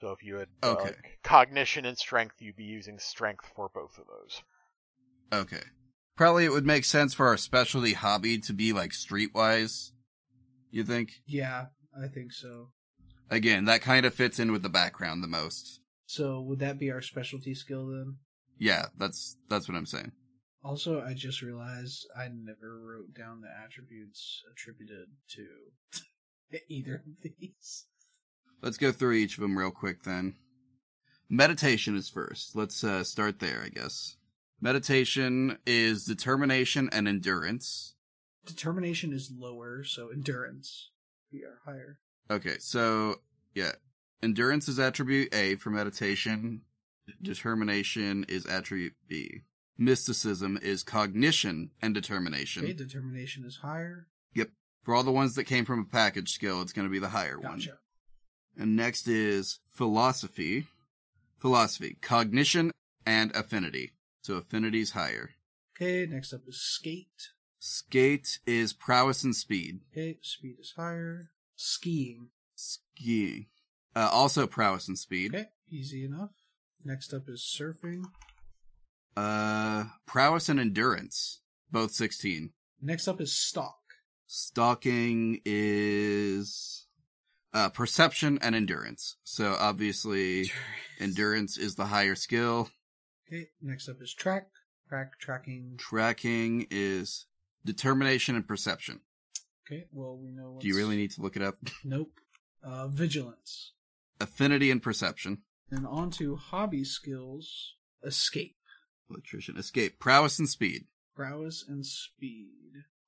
So if you had uh, Okay. like, cognition and strength, you'd be using strength for both of those. Okay. Probably it would make sense for our specialty hobby to be like streetwise. You think? Yeah, I think so. Again, that kind of fits in with the background the most. So would that be our specialty skill then? Yeah, that's that's what I'm saying. Also, I just realized I never wrote down the attributes attributed to [LAUGHS] either of these. Let's go through each of them real quick then. Meditation is first. Let's uh, start there, I guess. Meditation is determination and endurance. Determination is lower, so endurance. We are higher. Okay, so yeah, Endurance is attribute A for meditation. Determination is attribute B. Mysticism is cognition and determination. Okay, determination is higher. For all the ones that came from a package skill, it's going to be the higher one. Gotcha. And next is philosophy. Philosophy, cognition, and affinity. So affinity's higher. Okay, next up is skate. Skate is prowess and speed. Okay, speed is higher. Skiing. Skiing. Uh, also prowess and speed. Okay, easy enough. Next up is surfing. Uh, prowess and endurance. Both 16. Next up [LAUGHS] is stalk. Stalking is uh, perception and endurance. So [LAUGHS] obviously, endurance is the higher skill. Okay, next up is track. Track, tracking. Tracking is determination and perception. Okay, well, we know. Do you what's- really need to look it up? Nope. Uh, vigilance. Affinity and perception. Then on to hobby skills escape, Electrician. Escape. Prowess and speed. prowess, and speed.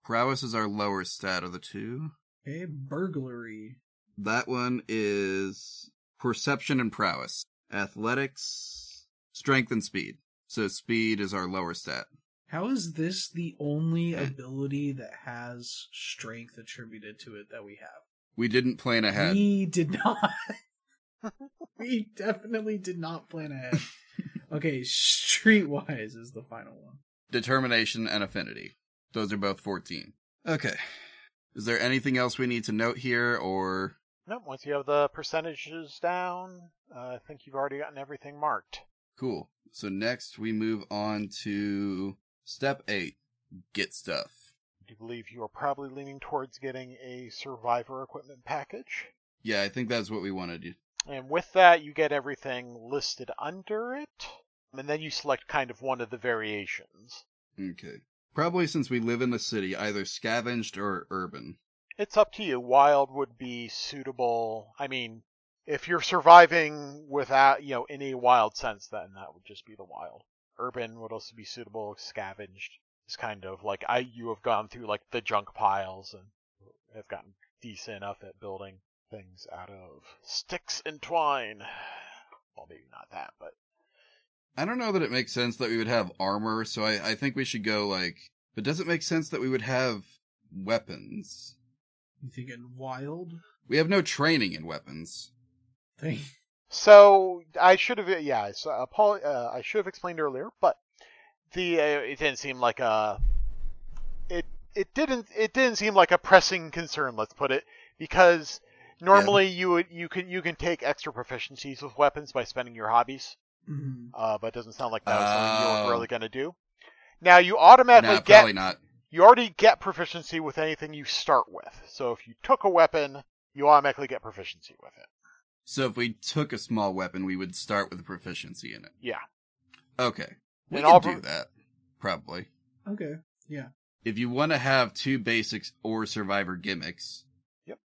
Prowess is our lower stat of the two. Okay, burglary. That one is perception and prowess. Athletics, strength and speed. So speed is our lower stat. How is this the [LAUGHS] only ability that has strength attributed to it that we have? We didn't plan ahead. We did not. [LAUGHS] we definitely did not plan ahead. okay, streetwise is the final one. Determination and affinity. Those are both 14. Okay. Is there anything else we need to note here or No, once you have the percentages down, uh, I think you've already gotten everything marked. Cool. So next we move on to step eight get stuff. I believe you are probably leaning towards getting a survivor equipment package. Yeah, I think that's what we want to do. And with that, you get everything listed under it, and then you select kind of one of the variations. Okay. Probably since we live in the city, either scavenged or urban. It's up to you. Wild would be suitable. I mean, if you're surviving without, you know, in a wild sense, then that would just be the wild. Urban would also be suitable. Scavenged is kind of like I you have gone through like the junk piles and have gotten decent enough at building things out of sticks and twine. Well, maybe not that, but I don't know that it makes sense that we would have armor, so I, I think we should go like. But does it make sense that we would have weapons? You thinking wild We have no training in weapons. thing? So I should have, yeah. So uh, Paul, uh, I should have explained earlier, but the uh, it didn't seem like a it it didn't it didn't seem like a pressing concern. Let's put it because normally you would you can you can take extra proficiencies with weapons by spending your hobbies, Mhm. uh, but it doesn't sound like that was something you Oh. were really going to do. Now you automatically Nah, get probably not. you already get proficiency with anything you start with. So if you took a weapon, you automatically get proficiency with it. So if we took a small weapon, we would start with a proficiency in it. Yeah. Okay. We And could all do pro- that. Probably. Okay, yeah. If you want to have two basics or survivor gimmicks. Yep.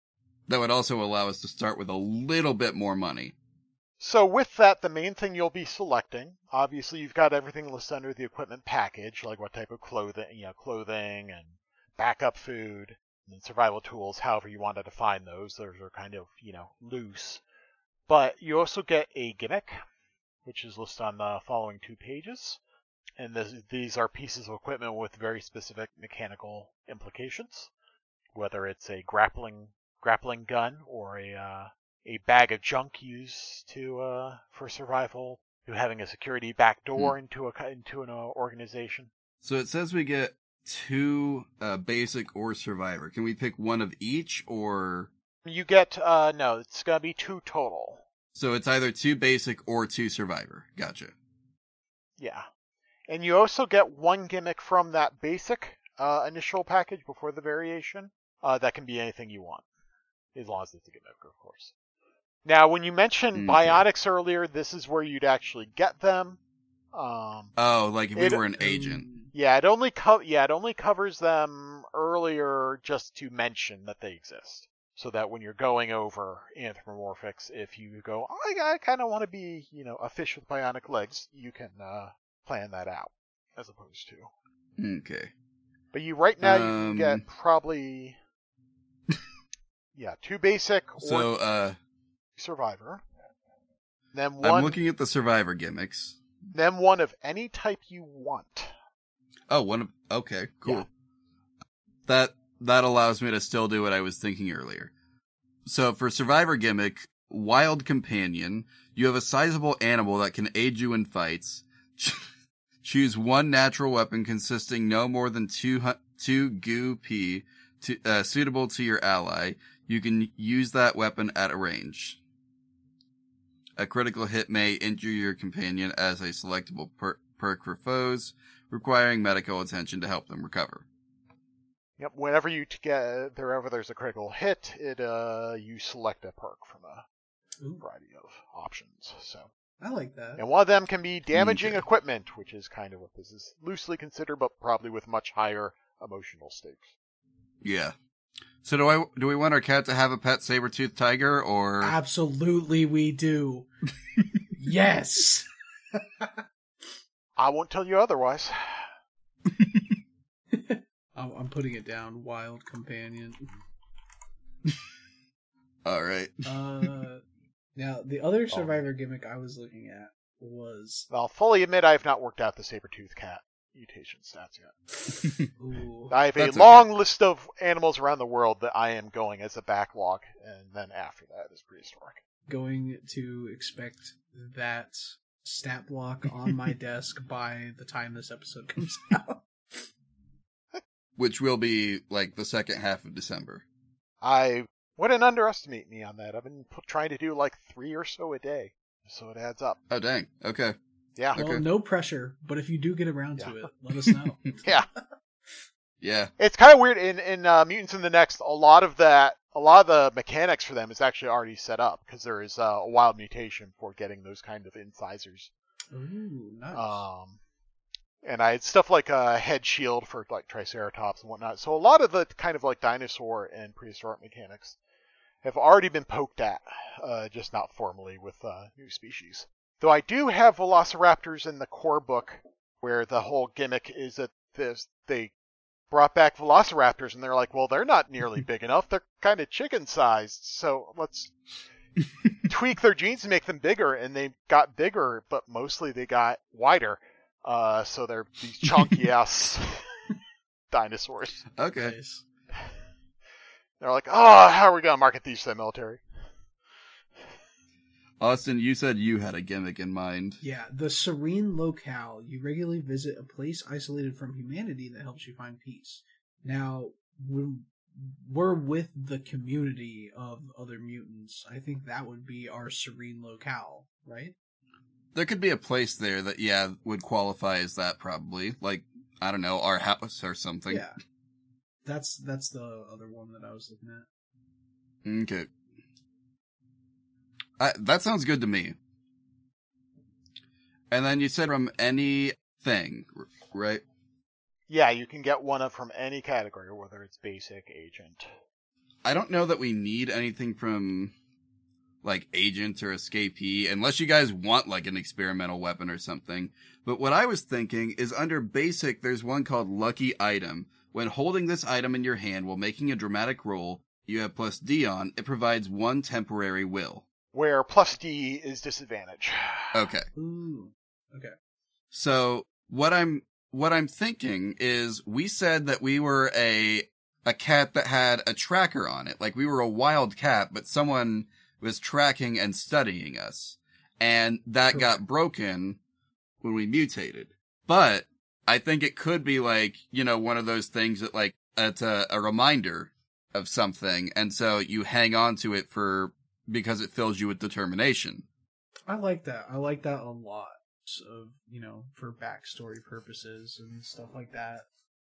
That would also allow us to start with a little bit more money. So with that, the main thing you'll be selecting, obviously you've got everything listed under the equipment package, like what type of clothing, you know, clothing and backup food and survival tools, however you want to define those. Those are kind of, you know, loose. But you also get a gimmick, which is listed on the following two pages. And this, these are pieces of equipment with very specific mechanical implications, whether it's a grappling grappling gun or a uh, a bag of junk used to uh, for survival, to having a security backdoor into a co- into an uh, organization. So it says we get two uh, basic or survivor. Can we pick one of each or You get uh, no, it's gonna be two total. so it's either two basic or two survivor. Gotcha. Yeah, and you also get one gimmick from that basic uh, initial package before the variation. Uh, that can be anything you want, as long as it's a gimmick, of course. Now, when you mentioned Mm, okay. bionics earlier, this is where you'd actually get them. Um, Oh, like if It- we were an agent. Um, Yeah, it only co- yeah, it only covers them earlier just to mention that they exist. So that when you're going over anthropomorphics, if you go, I, I kind of want to be, you know, a fish with bionic legs, you can uh, plan that out as opposed to. um, Okay. But you right now you can Um. get probably, yeah, two basic or So uh survivor. Name I'm one. looking at the survivor gimmicks. Name one of any type you want. Oh, one of okay, cool. Yeah. That that allows me to still do what I was thinking earlier. So for survivor gimmick, wild companion, you have a sizable animal that can aid you in fights. [LAUGHS] Choose one natural weapon consisting no more than two hu- two goo p to, uh, suitable to your ally. You can use that weapon at a range. A critical hit may injure your companion as a selectable per- perk for foes requiring medical attention to help them recover. Yep. Whenever you t- get wherever there's a critical hit, it uh you select a perk from a Um, Ooh, variety of options. So, I like that. and one of them can be damaging Okay. equipment, which is kind of what this is loosely considered, but probably with much higher emotional stakes. Yeah. So do I? Do we want our cat to have a pet saber-toothed tiger, or Absolutely, we do. yes. I won't tell you otherwise. I'm I'm putting it down. Wild companion. all right? Uh, now the other survivor gimmick I was looking at was I'll fully admit I have not worked out the saber-toothed cat mutation stats yet. ooh, I have That's a okay. long list of animals around the world that I am going as a backlog, and then after that is prehistoric. going to expect that stat block [LAUGHS] on my desk by the time this episode comes out. Which will be like the second half of December. I wouldn't underestimate me on that. I've been p- trying to do like three or so a day, so it adds up. Oh dang! Okay. Yeah, Okay. Well, no pressure, but if you do get around to Yeah. it, let us [LAUGHS] know. yeah. Yeah. It's kind of weird in in uh, Mutants in the Next. A lot of that, a lot of the mechanics for them is actually already set up because there is uh, a wild mutation for getting those kind of incisors. Ooh, nice. Uh, Um, and I had stuff like a head shield for like Triceratops and whatnot. So a lot of the kind of like dinosaur and prehistoric mechanics have already been poked at, uh, just not formally with uh, new species. Though I do have Velociraptors in the core book, where the whole gimmick is that this they brought back Velociraptors and they're like, well, they're not nearly big enough. They're kind of chicken sized, so let's tweak their genes and make them bigger. And they got bigger, but mostly they got wider. Uh, so they're these chunky ass [LAUGHS] dinosaurs. Okay. Nice. They're like, oh, how are we gonna market these to the military? Austin, you said you had a gimmick in mind. Yeah, the serene locale. You regularly visit a place isolated from humanity that helps you find peace. Now, when we're with the community of other mutants, I think that would be our serene locale, right? There could be a place there that yeah would qualify as that probably. Like I don't know, our house or something. yeah. That's that's the other one that I was looking at. Okay. I, that sounds good to me. And then you said from anything, r- right? Yeah, you can get one of from any category, whether it's basic, agent. I don't know that we need anything from like agent or escapee unless you guys want like an experimental weapon or something. But what I was thinking is under basic there's one called lucky item. When holding this item in your hand while making a dramatic roll, you have plus D on. It provides one temporary will. Where plus D is disadvantage. Okay. Ooh. Okay. So what I'm what I'm thinking is we said that we were a a cat that had a tracker on it. Like we were a wild cat, but someone was tracking and studying us. And that got broken when we mutated. But I think it could be like, you know, one of those things that like it's a, a reminder of something and so you hang on to it for because it fills you with determination. I like that. I like that a lot. Of you know, for backstory purposes and stuff like that,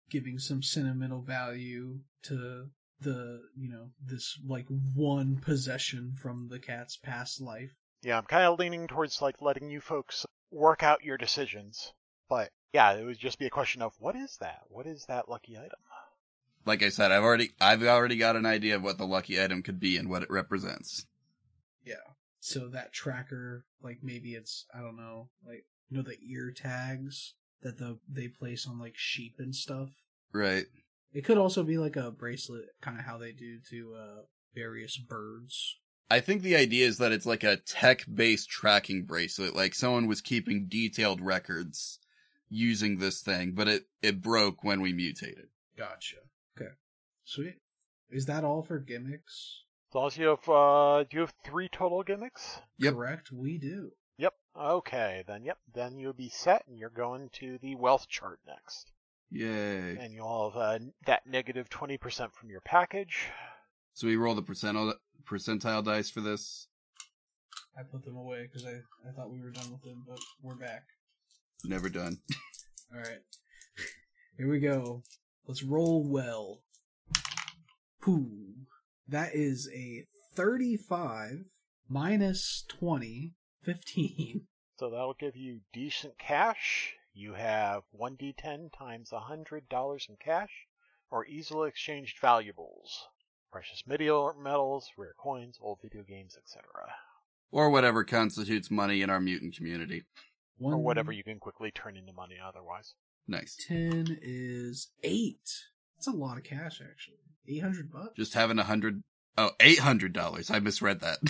giving some sentimental value to the you know this like one possession from the cat's past life. Yeah, I'm kind of leaning towards like letting you folks work out your decisions. But yeah, it would just be a question of what is that? What is that lucky item? like I said, I've already I've already got an idea of what the lucky item could be and what it represents. Yeah. So that tracker, like maybe it's I don't know, like you know the ear tags that the they place on like sheep and stuff. Right. It could also be like a bracelet, kind of how they do to uh various birds I think the idea is that it's like a tech based tracking bracelet. Like someone was keeping detailed records using this thing, but it, it broke when we mutated. Gotcha. Okay. Sweet. Is that all for gimmicks? As long as you have, uh, do you have three total gimmicks? Yep. Correct. We do. Yep. Okay, then yep. Then you'll be set, and you're going to the wealth chart next, Yay. and you'll have uh, that negative twenty percent from your package. So we roll the percentile, percentile dice for this. I put them away because I, I thought we were done with them, but we're back. Never done. [LAUGHS] All right. Here we go. Let's roll well. Pooh. That is a 35 minus 20, 15. So that'll give you decent cash. You have one d10 times hundred dollars in cash, or easily exchanged valuables, precious metal- metals, rare coins, old video games, etc., Or whatever constitutes money in our mutant community. One, or whatever you can quickly turn into money otherwise. [CLEARS THROAT] Nice. 10 is 8. That's a lot of cash, actually. 800 bucks? Just having a hundred, oh, eight hundred dollars. I misread that. [LAUGHS]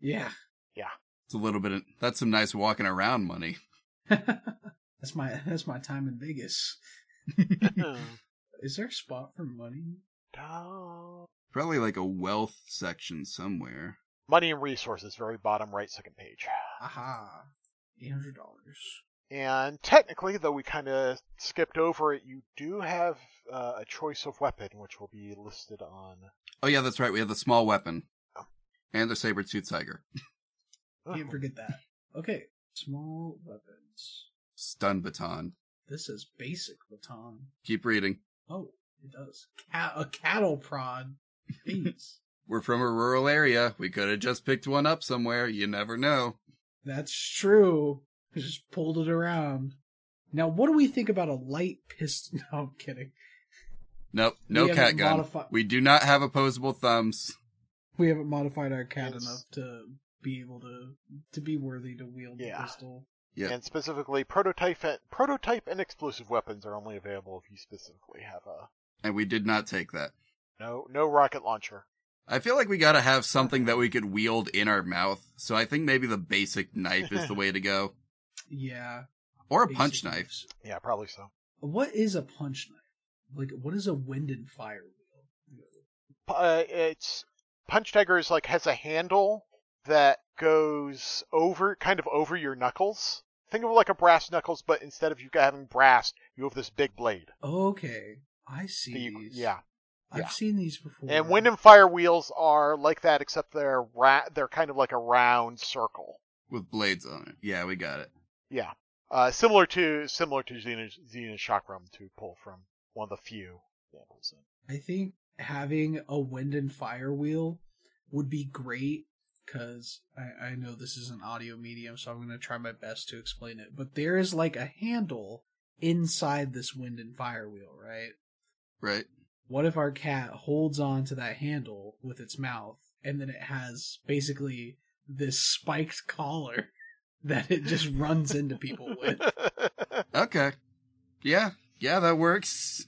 Yeah. [LAUGHS] it's a little bit. Of, that's some nice walking around money. that's my that's my time in Vegas. Is there a spot for money? Oh. Probably like a wealth section somewhere. Money and resources, very bottom right, second page. Aha. $800. And technically, though we kind of skipped over it, you do have uh, a choice of weapon, which will be listed on. Oh yeah, that's right. We have the small weapon Oh. and the saber tooth tiger. Can't Oh, forget that. Okay. Small weapons. Stun baton. This is basic baton. Keep reading. Oh, it does. Ca- a cattle prod. Jeez. We're from a rural area. We could have just picked one up somewhere. You never know. That's true. I just pulled it around. Now, what do we think about a light pistol? [LAUGHS] No, I'm kidding. Nope. We No haven't cat gun. modifi- we do not have opposable thumbs. We haven't modified our cat Yes. enough to be able to to be worthy to wield Yeah. the pistol. Yeah. And specifically, prototype and, prototype and explosive weapons are only available if you specifically have a And we did not take that. no no rocket launcher. I feel like we gotta have something that we could wield in our mouth. So I think maybe the basic knife is the way to go. Yeah. Or a basic punch knife. moves. Yeah, probably so. What is a punch knife? Like, what is a wind and fire wheel? P- Uh, it's punch dagger is like has a handle that goes over kind of over your knuckles. Think of it like a brass knuckles, but instead of you having brass, you have this big blade. Okay, I see that you- these. yeah. I've yeah. seen these before. And wind and fire wheels are like that, except they're ra- they're kind of like a round circle. with blades on it. Yeah, we got it. Yeah, uh, similar to similar to Xena, Xena Chakram to pull from one of the few [LAUGHS] examples. I think having a wind and fire wheel would be great because I, I know this is an audio medium, so I'm going to try my best to explain it. But there is like a handle inside this wind and fire wheel, right? Right? What if our cat holds on to that handle with its mouth and then it has basically this spiked [LAUGHS] collar that it just runs into people with? [LAUGHS] Okay. Yeah. Yeah, that works.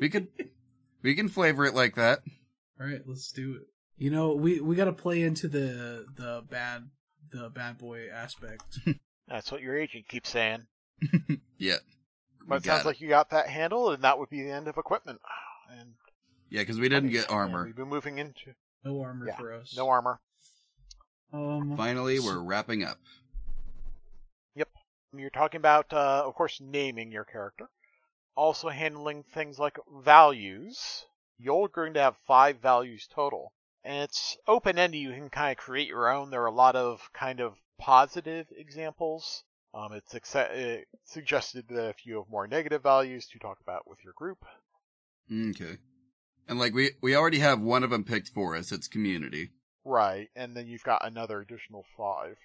We could [LAUGHS] we can flavor it like that. All right, let's do it. You know, we we got to play into the the bad the bad boy [LAUGHS] aspect. That's what your agent keeps saying. Yeah. But We it sounds got it. like you got that handle, and that would be the end of equipment. [SIGHS] And Yeah, because we didn't get armor. We've been moving into No armor Yeah, for us. no armor. Um, Finally, we're wrapping up. You're talking about, uh, of course, naming your character, also handling things like values. You're going to have five values total, and it's open ended. You can kind of create your own. There are a lot of kind of positive examples. Um, it's acce- uh, suggested that if you have more negative values to talk about with your group. Okay. And like we we already have one of them picked for us. It's community. Right, and then you've got another additional five.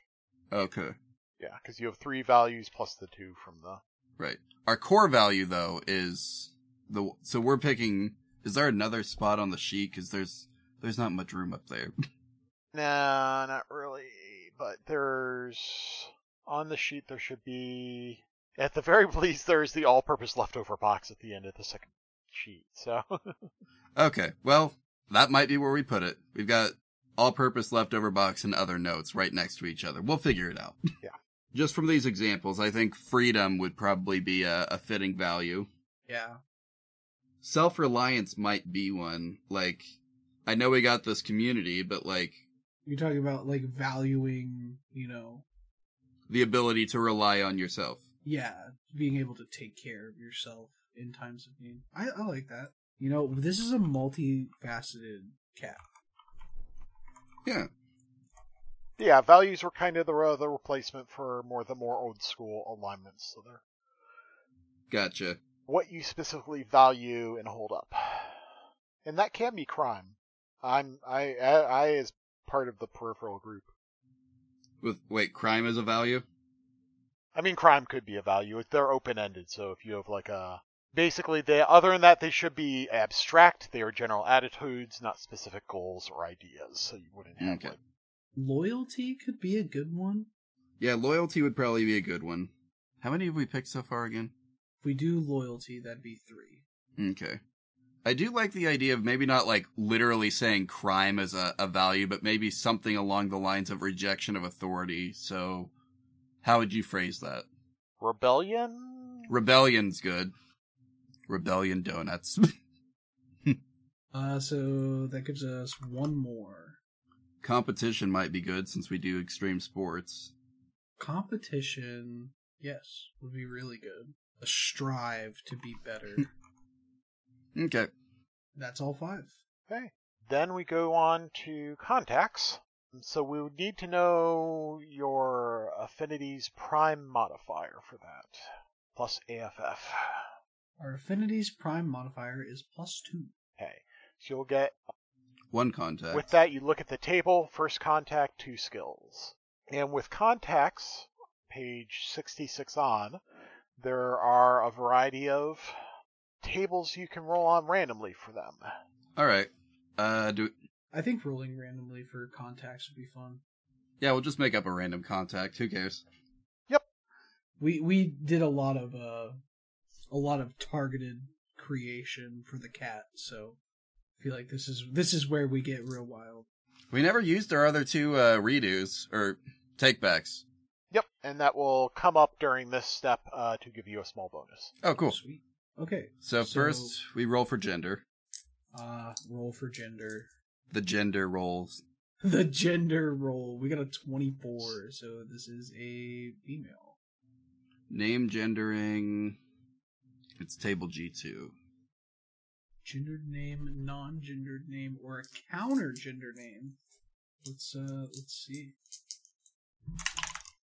Okay. Yeah, because you have three values plus the two from the. Right. Our core value though is the so we're picking. Is there another spot on the sheet? Because there's there's not much room up there. Nah, not really. But there's on the sheet there should be at the very [LAUGHS] least there's the all-purpose leftover box at the end of the second sheet. So [LAUGHS] Okay. Well, that might be where we put it. We've got all purpose leftover box and other notes right next to each other. We'll figure it out. Yeah. Just from these examples, I think freedom would probably be a, a fitting value. Yeah. Self reliance might be one. Like, I know we got this community, but like You're talking about like valuing, you know, the ability to rely on yourself. yeah, being able to take care of yourself in times of need. I, I like that. You know, this is a multifaceted cat. Yeah. Yeah, values were kind of the uh, the replacement for more the more old school alignments. So they're Gotcha. what you specifically value and hold up, and that can be crime. I'm I I, I is part of the peripheral group. With wait, crime is a value? I mean, crime could be a value. They're open ended, so if you have like a basically they other than that they should be abstract. They are general attitudes, not specific goals or ideas. So you wouldn't have Okay. like Loyalty could be a good one. Yeah, loyalty would probably be a good one. How many have we picked so far again? If we do loyalty, that'd be three. Okay. I do like the idea of maybe not like literally saying crime as a, a value, but maybe something along the lines of rejection of authority. So, how would you phrase that? rebellion. Rebellion's good. Rebellion donuts. [LAUGHS] Uh, so that gives us one more. Competition might be good since we do extreme sports. Competition, yes, would be really good. A strive to be better. Okay. That's all five. Okay. Then we go on to contacts. So we would need to know your affinity's prime modifier for that, plus AFF. Our affinity's prime modifier is plus two. Okay. So you'll get One contact. With that, you look at the table, first contact, two skills. And with contacts, page 66 on, there are a variety of tables you can roll on randomly for them. All right. Uh, do I think rolling randomly for contacts would be fun. yeah, we'll just make up a random contact. Who cares? We we did a lot of uh a lot of targeted creation for the cat, so I feel like this is this is where we get real wild. We never used our other two uh, redos or takebacks. Yep, and that will come up during this step uh, to give you a small bonus. Oh, cool. Sweet. Okay. So first we roll for gender. uh roll for gender. [LAUGHS] The gender rolls. The gender roll. We got a twenty four, so this is a female. Name gendering. It's table G2. Gendered name, non gendered name, or a counter gender name. Let's uh let's see.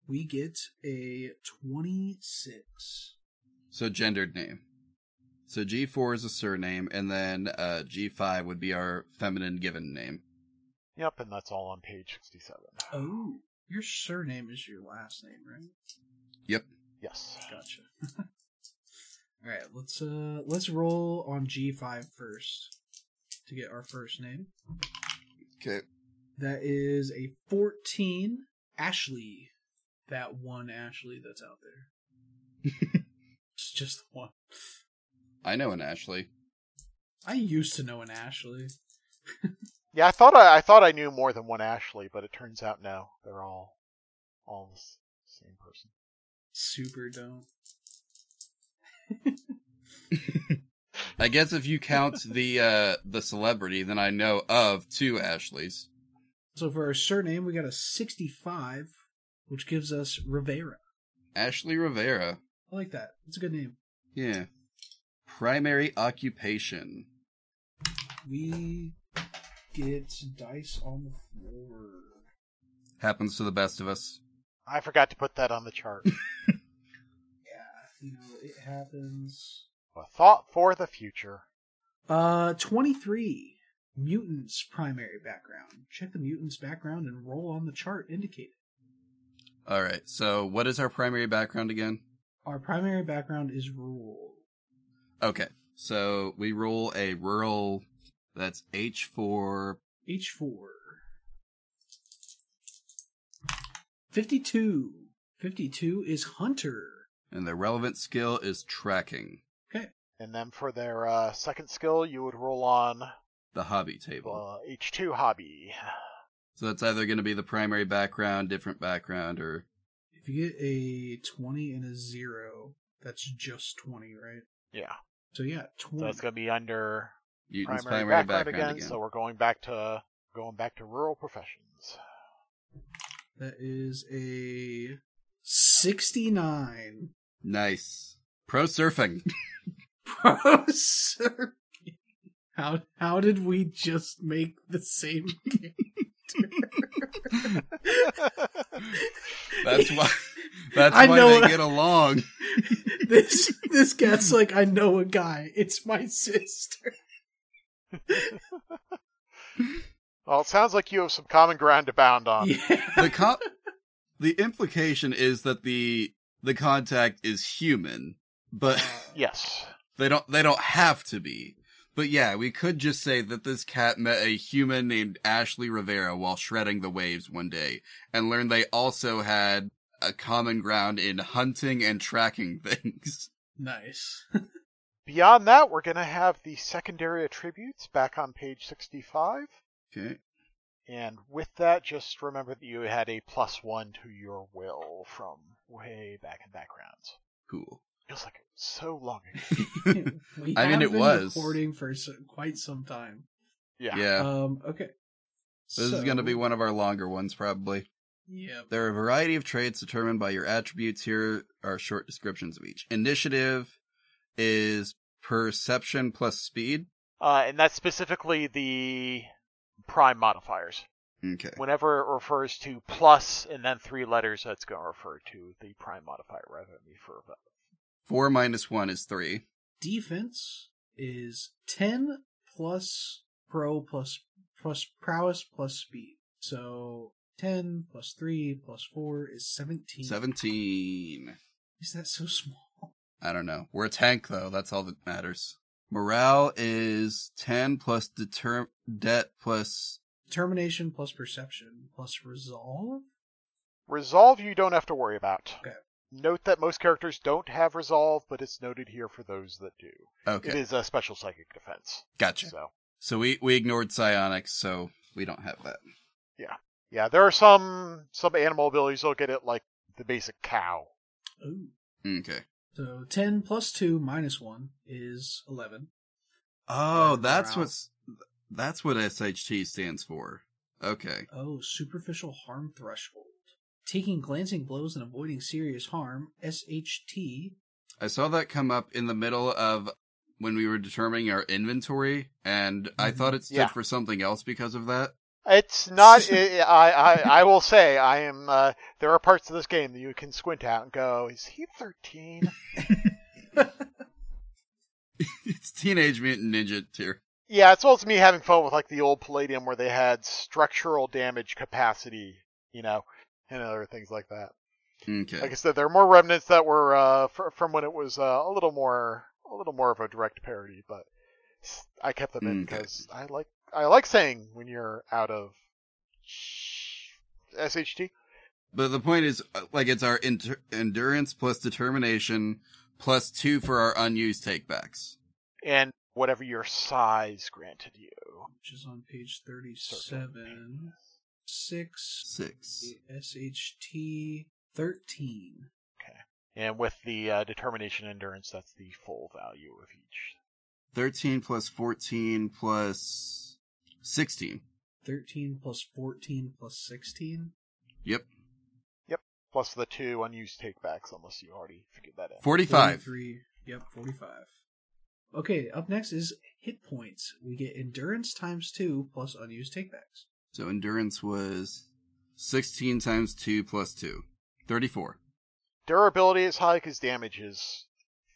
We get a twenty six. So gendered name. So G4 is a surname, and then uh, G5 would be our feminine given name. Yep, and that's all on page 67. Oh, your surname is your last name, right? Yep. Yes. [LAUGHS] Gotcha. All right, let's uh let's roll on G5 first to get our first name. Okay. That is a 14 Ashley. That one Ashley that's out there. it's just the one. I know an Ashley. I used to know an Ashley. Yeah, I thought I, I thought I knew more than one Ashley, but it turns out no, they're all all the s- same person. Super don't. I guess if you count the uh, the celebrity, then I know of two Ashleys. So for our surname, we got a 65, which gives us Rivera. Ashley Rivera. I like that. It's a good name. Yeah. Primary occupation. We get dice on the floor. Happens to the best of us. I forgot to put that on the chart. Yeah, you know, it happens. a thought for the future. Uh, 23. Mutants primary background. Check the mutants background and roll on the chart indicated. All right. So, what is our primary background again? Our primary background is rural. Okay. So we roll a rural that's H4. H4. 52. 52 is hunter. And the relevant skill is tracking Okay. And then for their uh, second skill, you would roll on uh, the hobby table. H2 hobby. So that's either going to be the primary background, different background, or If you get a 20 and a 0, that's just 20, right? Yeah. So yeah, 20. So it's gonna be under Newton's primary, primary, background, again, So we're going back to going back to rural professions. [LAUGHS] That is a 69. Nice. Pro surfing. [LAUGHS] [LAUGHS] Pro Circuit. How, how did we just make the same [LAUGHS] character? That's why. That's I why know- they get along. this this guy's like, I know a guy. It's my sister. Well, it sounds like you have some common ground to bound Uh, on. yeah. The co- The implication is that the the contact is human, but Yes. they don't they don't have to be. But yeah, we could just say that this cat met a human named Ashley Rivera while shredding the waves one day and learned they also had a common ground in hunting and tracking [LAUGHS] things. Nice. Beyond that, we're gonna have the secondary attributes back on page sixty-five. Okay. And with that, just remember that you had a plus one to your will from way back in backgrounds. Cool. [LAUGHS] Feels like it was so long ago. [LAUGHS] We I mean, have it been was. recording for so, quite some time. Yeah. Yeah. Um. Okay. This is going to be one of our longer ones, probably. Yep. There are a variety of traits determined by your attributes. Here are short descriptions of each. Initiative is perception plus speed. Uh, and that's specifically the prime modifiers. Okay. Whenever it refers to plus and then three letters, that's going to refer to the prime modifier rather than the verb. Four minus one is three. Defense is ten plus pro plus plus prowess plus speed. So ten plus three plus four is seventeen. Seventeen. Is that so small? I don't know. We're a tank though. That's all that matters. Morale is ten plus deter debt plus. Determination plus perception plus resolve. Resolve you don't have to worry about. Okay. Note that most characters don't have resolve, but it's noted here for those that do. It Okay, is a special psychic defense. gotcha. So. So we we ignored psionics, so we don't have that. Yeah, there are some some animal abilities that'll get it like the basic cow. Ooh. Okay. So ten plus two minus one is eleven. Oh, Morale. that's what's that's what SHT stands for. Okay. Oh, superficial harm threshold. Taking glancing blows and avoiding serious harm, SHT. I saw that come up in the middle of when we were determining our inventory, and I Mhm. thought it stood Mm-hmm. Yeah. for something else because of that. [LAUGHS] It's not. i I, I I will say I am. Uh, there are parts of this game that you can squint at and go, "Is he 13? it's Teenage Mutant Ninja tier. yeah, it's well as me having fun with like the old Palladium where they had structural damage capacity, you know, and other things like that. Okay. Like I said, there are more remnants that were uh, fr- from when it was uh, a little more a little more of a direct parody, but s- I kept them in Mm, 'kay. because I like I like saying when you're out of sh- SHT. But the point is, uh, like, it's our inter- endurance plus determination plus two for our unused takebacks. and whatever your size granted you. Which is on page 37. 6. Six. SHT 13. And with the uh, determination endurance, that's the full value of each. 13 plus 14 plus 16. 13 plus 14 plus 16? Yep. Plus the two unused takebacks, unless you already figured that out. 45. 43. Yep, 45. Okay, up next is hit points. We get endurance times 2 plus unused takebacks. So endurance was 16 times 2 plus 2. 34. Durability is high because damage is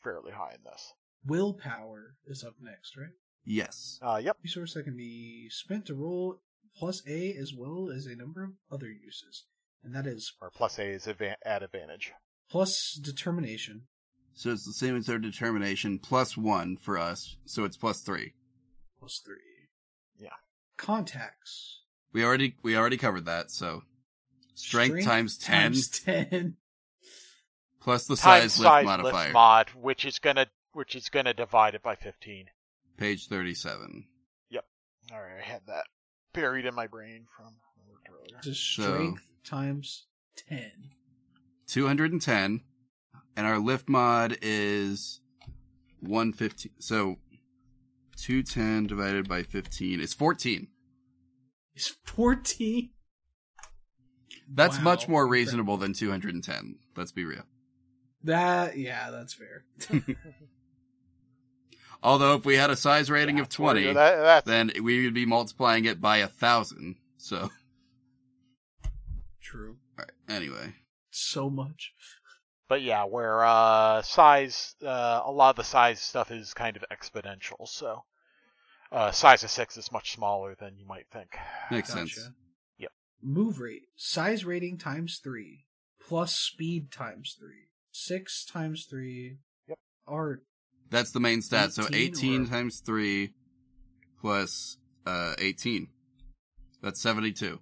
fairly high in this. Willpower is up next, right? Yes. Uh, yep. resource that can be spent to roll plus A as well as a number of other uses. And that is Or plus A is advan at advantage. plus determination. So it's the same as our determination plus 1 for us. So it's plus 3. Plus three. Yeah. Contacts. We already we already covered that, so strength, times 10 Times ten. plus the Times size lift modifier. mod, which is gonna which is gonna divide it by fifteen. Page 37. All right, I had that buried in my brain from. Just So- strength times ten. 210 and our lift mod is 115 so 210 divided by 15 is 14 It's fourteen. that's Wow. much more reasonable than 210 let's be real That yeah, that's fair. although if we had a size rating of That's where 20 you're- That, that's, then we would be multiplying it by a thousand so True. anyway So much. but yeah, where uh, size, uh, a lot of the size stuff is kind of exponential. So uh, size of six is much smaller than you might think. makes Gotcha. sense Yep. Move rate, size rating times three, plus speed times three, six times three. Yep. Art. that's the main stat so 18 18 or- times 3 plus uh 18 that's 72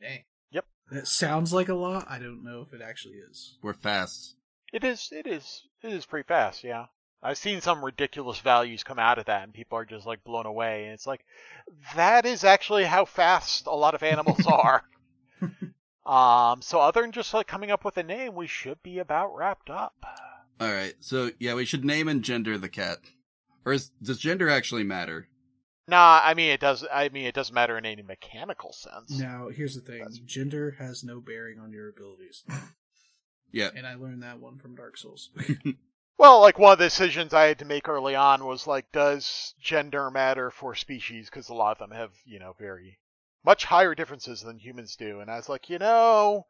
Dang. Yep. That sounds like a lot. I don't know if it actually is. we're fast It is, it is, it is pretty fast. Yeah, I've seen some ridiculous values come out of that, and people are just like blown away. And it's like, that is actually how fast a lot of animals are. Um, so other than just like coming up with a name, we should be about wrapped up. All right. So yeah, we should name and gender the cat. Or is, does gender actually matter? Nah, I mean it does. I mean it doesn't matter in any mechanical sense. Now, here's the thing: That's- gender has no bearing on your abilities, Yeah. and I learned that one from Dark Souls. [LAUGHS] Well, like one of the decisions I had to make early on was like, does gender matter for species? Because a lot of them have, you know, very much higher differences than humans do. And I was like, you know,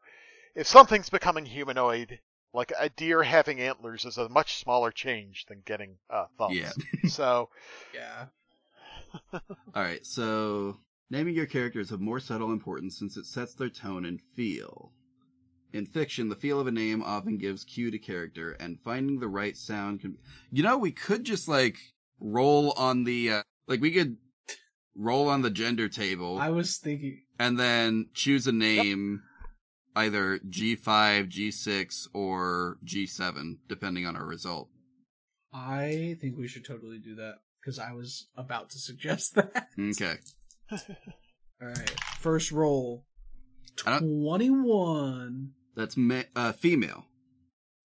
if something's becoming humanoid, like a deer having antlers is a much smaller change than getting uh, thumbs. Yeah. [LAUGHS] so yeah, All right. So naming your character is of more subtle importance since it sets their tone and feel. In fiction, the feel of a name often gives cue to character, and finding the right sound can. You know, we could just like roll on the uh, like we could roll on the gender table I was thinking. and then choose a name. Either G5, G6, or G7, depending on our result. I think we should totally do that because I was about to [LAUGHS] suggest that. Okay. All right, first roll. I don't- Twenty-one That's ma- uh, female.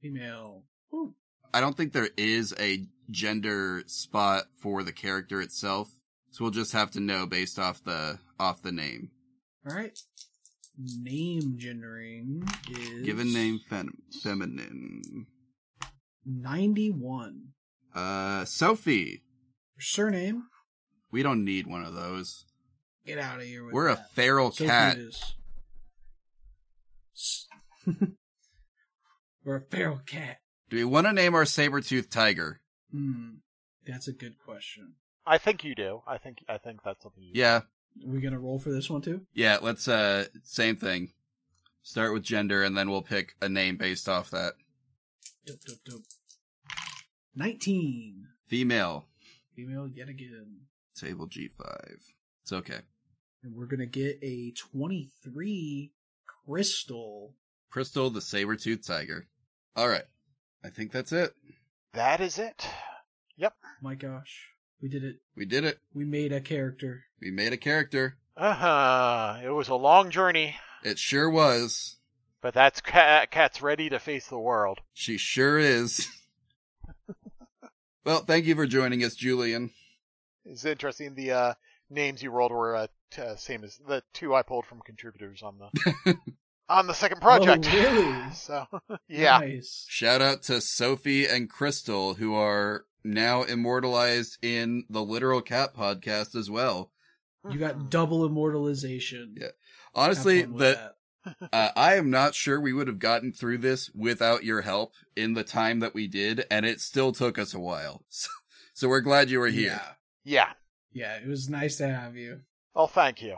female. Woo. I don't think there is a gender spot for the character itself, so we'll just have to know based off the off the name. All right. Name gendering is Given name fem- feminine. ninety-one. Uh, Sophie. Your surname. We don't need one of those. Get out of here. With We're a that. feral So cat. cute is- S- [LAUGHS] We're a feral cat. Do we want to name our saber-toothed tiger? Hmm. That's a good question. I think you do. I think I think that's something. You Yeah, Are we gonna roll for this one too? yeah. Let's uh, same thing. Start with gender, and then we'll pick a name based off that. Dope, dope, dope. Nineteen. Female. Female yet again. Table G5. It's okay. And we're gonna get a twenty-three crystal. Crystal the saber-toothed tiger. All right. I think that's it. That is it. My gosh. We did it. We did it. We made a character. We made a character. Uh huh. It was a long journey, It sure was. but that's cat. Cat's ready to face the world. She sure is. [LAUGHS] well, thank you for joining us, Julian. It's interesting. The uh, names you rolled were uh, t- uh, same as the two I pulled from contributors on the [LAUGHS] on the second project. Oh, really? [LAUGHS] so yeah, Nice. Shout out to Sophie and Crystal, who are now immortalized in the Literal Cat podcast as well. You got double immortalization. Mm-hmm. Yeah. Have Honestly, fun with the that. Uh, I am not sure we would have gotten through this without your help in the time that we did, and it still took us a while. [LAUGHS] So, so we're glad you were here. Yeah. [LAUGHS] yeah. Yeah, it was nice to have you. Oh, thank you.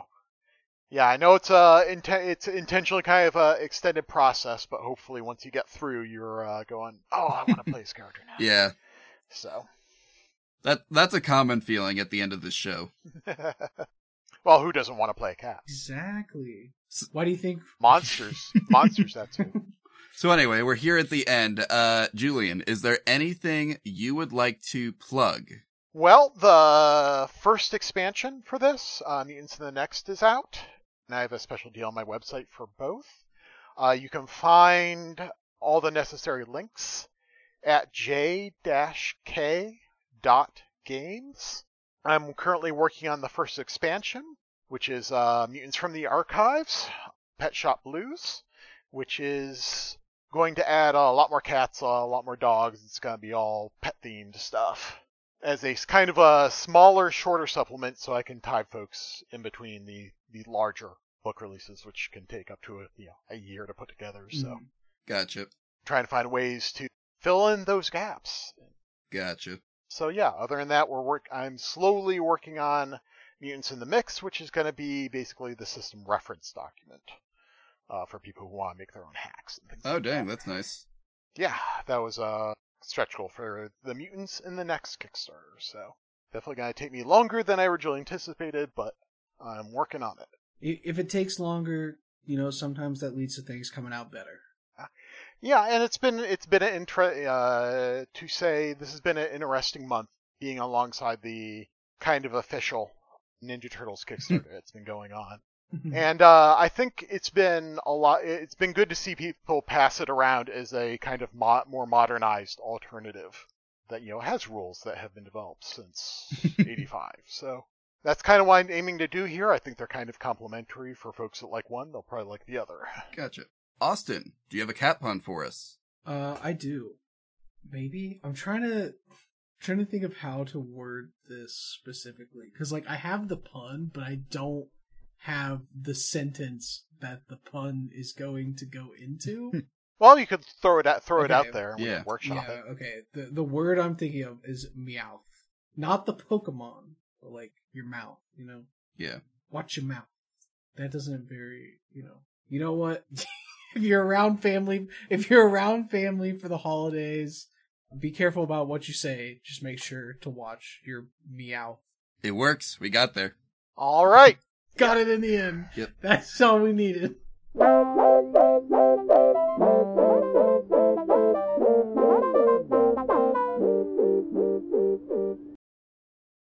Yeah, I know it's uh inten- it's intentionally kind of a extended process, but hopefully once you get through, you're uh, going, oh, I want to play this character [LAUGHS] now. Yeah, So, [LAUGHS] that that's a common feeling at the end of the show. well, who doesn't want to play a cat? Exactly. Why do you think? [LAUGHS] Monsters, [LAUGHS] monsters. That's who. So anyway, we're here at the end. Uh, Julian, is there anything you would like to plug? Well, the first expansion for this, uh, Mutants in the Next, is out. and I have a special deal on my website for both. Uh, you can find all the necessary links at j-k.games. I'm currently working on the first expansion, which is uh, Mutants from the Archives, Pet Shop Blues, which is going to add a lot more cats, a lot more dogs. It's going to be all pet themed stuff as a s- kind of a smaller, shorter supplement, so I can tie folks in between the the larger book releases, which can take up to a, you know, a year to put together. So Mhm. Gotcha. trying to find ways to fill in those gaps. Gotcha. So yeah, other than that, we're work. I'm slowly working on mutants in the mix, which is going to be basically the system reference document uh, for people who want to make their own hacks and things. Oh, like that. dang, that's nice. yeah, that was a stretch goal for the mutants in the next Kickstarter. So definitely gonna take me longer than I originally anticipated, but I'm working on it. I- If it takes longer, you know, sometimes that leads to things coming [LAUGHS] out better. Yeah, and it's been it's been an intre- uh, to say this has been an interesting month being alongside the kind of official Ninja Turtles Kickstarter that's been going on. Hmm. And uh, I think it's been a lot. It's been good to see people pass it around as a kind of mo- more modernized alternative that you know has rules that have been developed since '85. So that's kind of what I'm aiming to do here. I think they're kind of complementary for folks that like one, they'll probably like the other. [LAUGHS] Gotcha. Austin, do you have a cat pun for us? Uh, I do. Maybe I'm trying to trying to think of how to word this specifically because, like, I have the pun, but I don't have the sentence that the pun is going to go into. Well, you could throw it out, throw it Okay. out there, and we Yeah. can workshop yeah. it. Okay. the The word I'm thinking of is meowth, not the Pokemon, but like your mouth. You know, Yeah. watch your mouth. That doesn't very, you know. You know what? [LAUGHS] if you're around family, if you're around family for the holidays, be careful about what you say. Just make sure to watch your meow. It works. We got there. All right. Got it in the end. Yep. That's all we needed.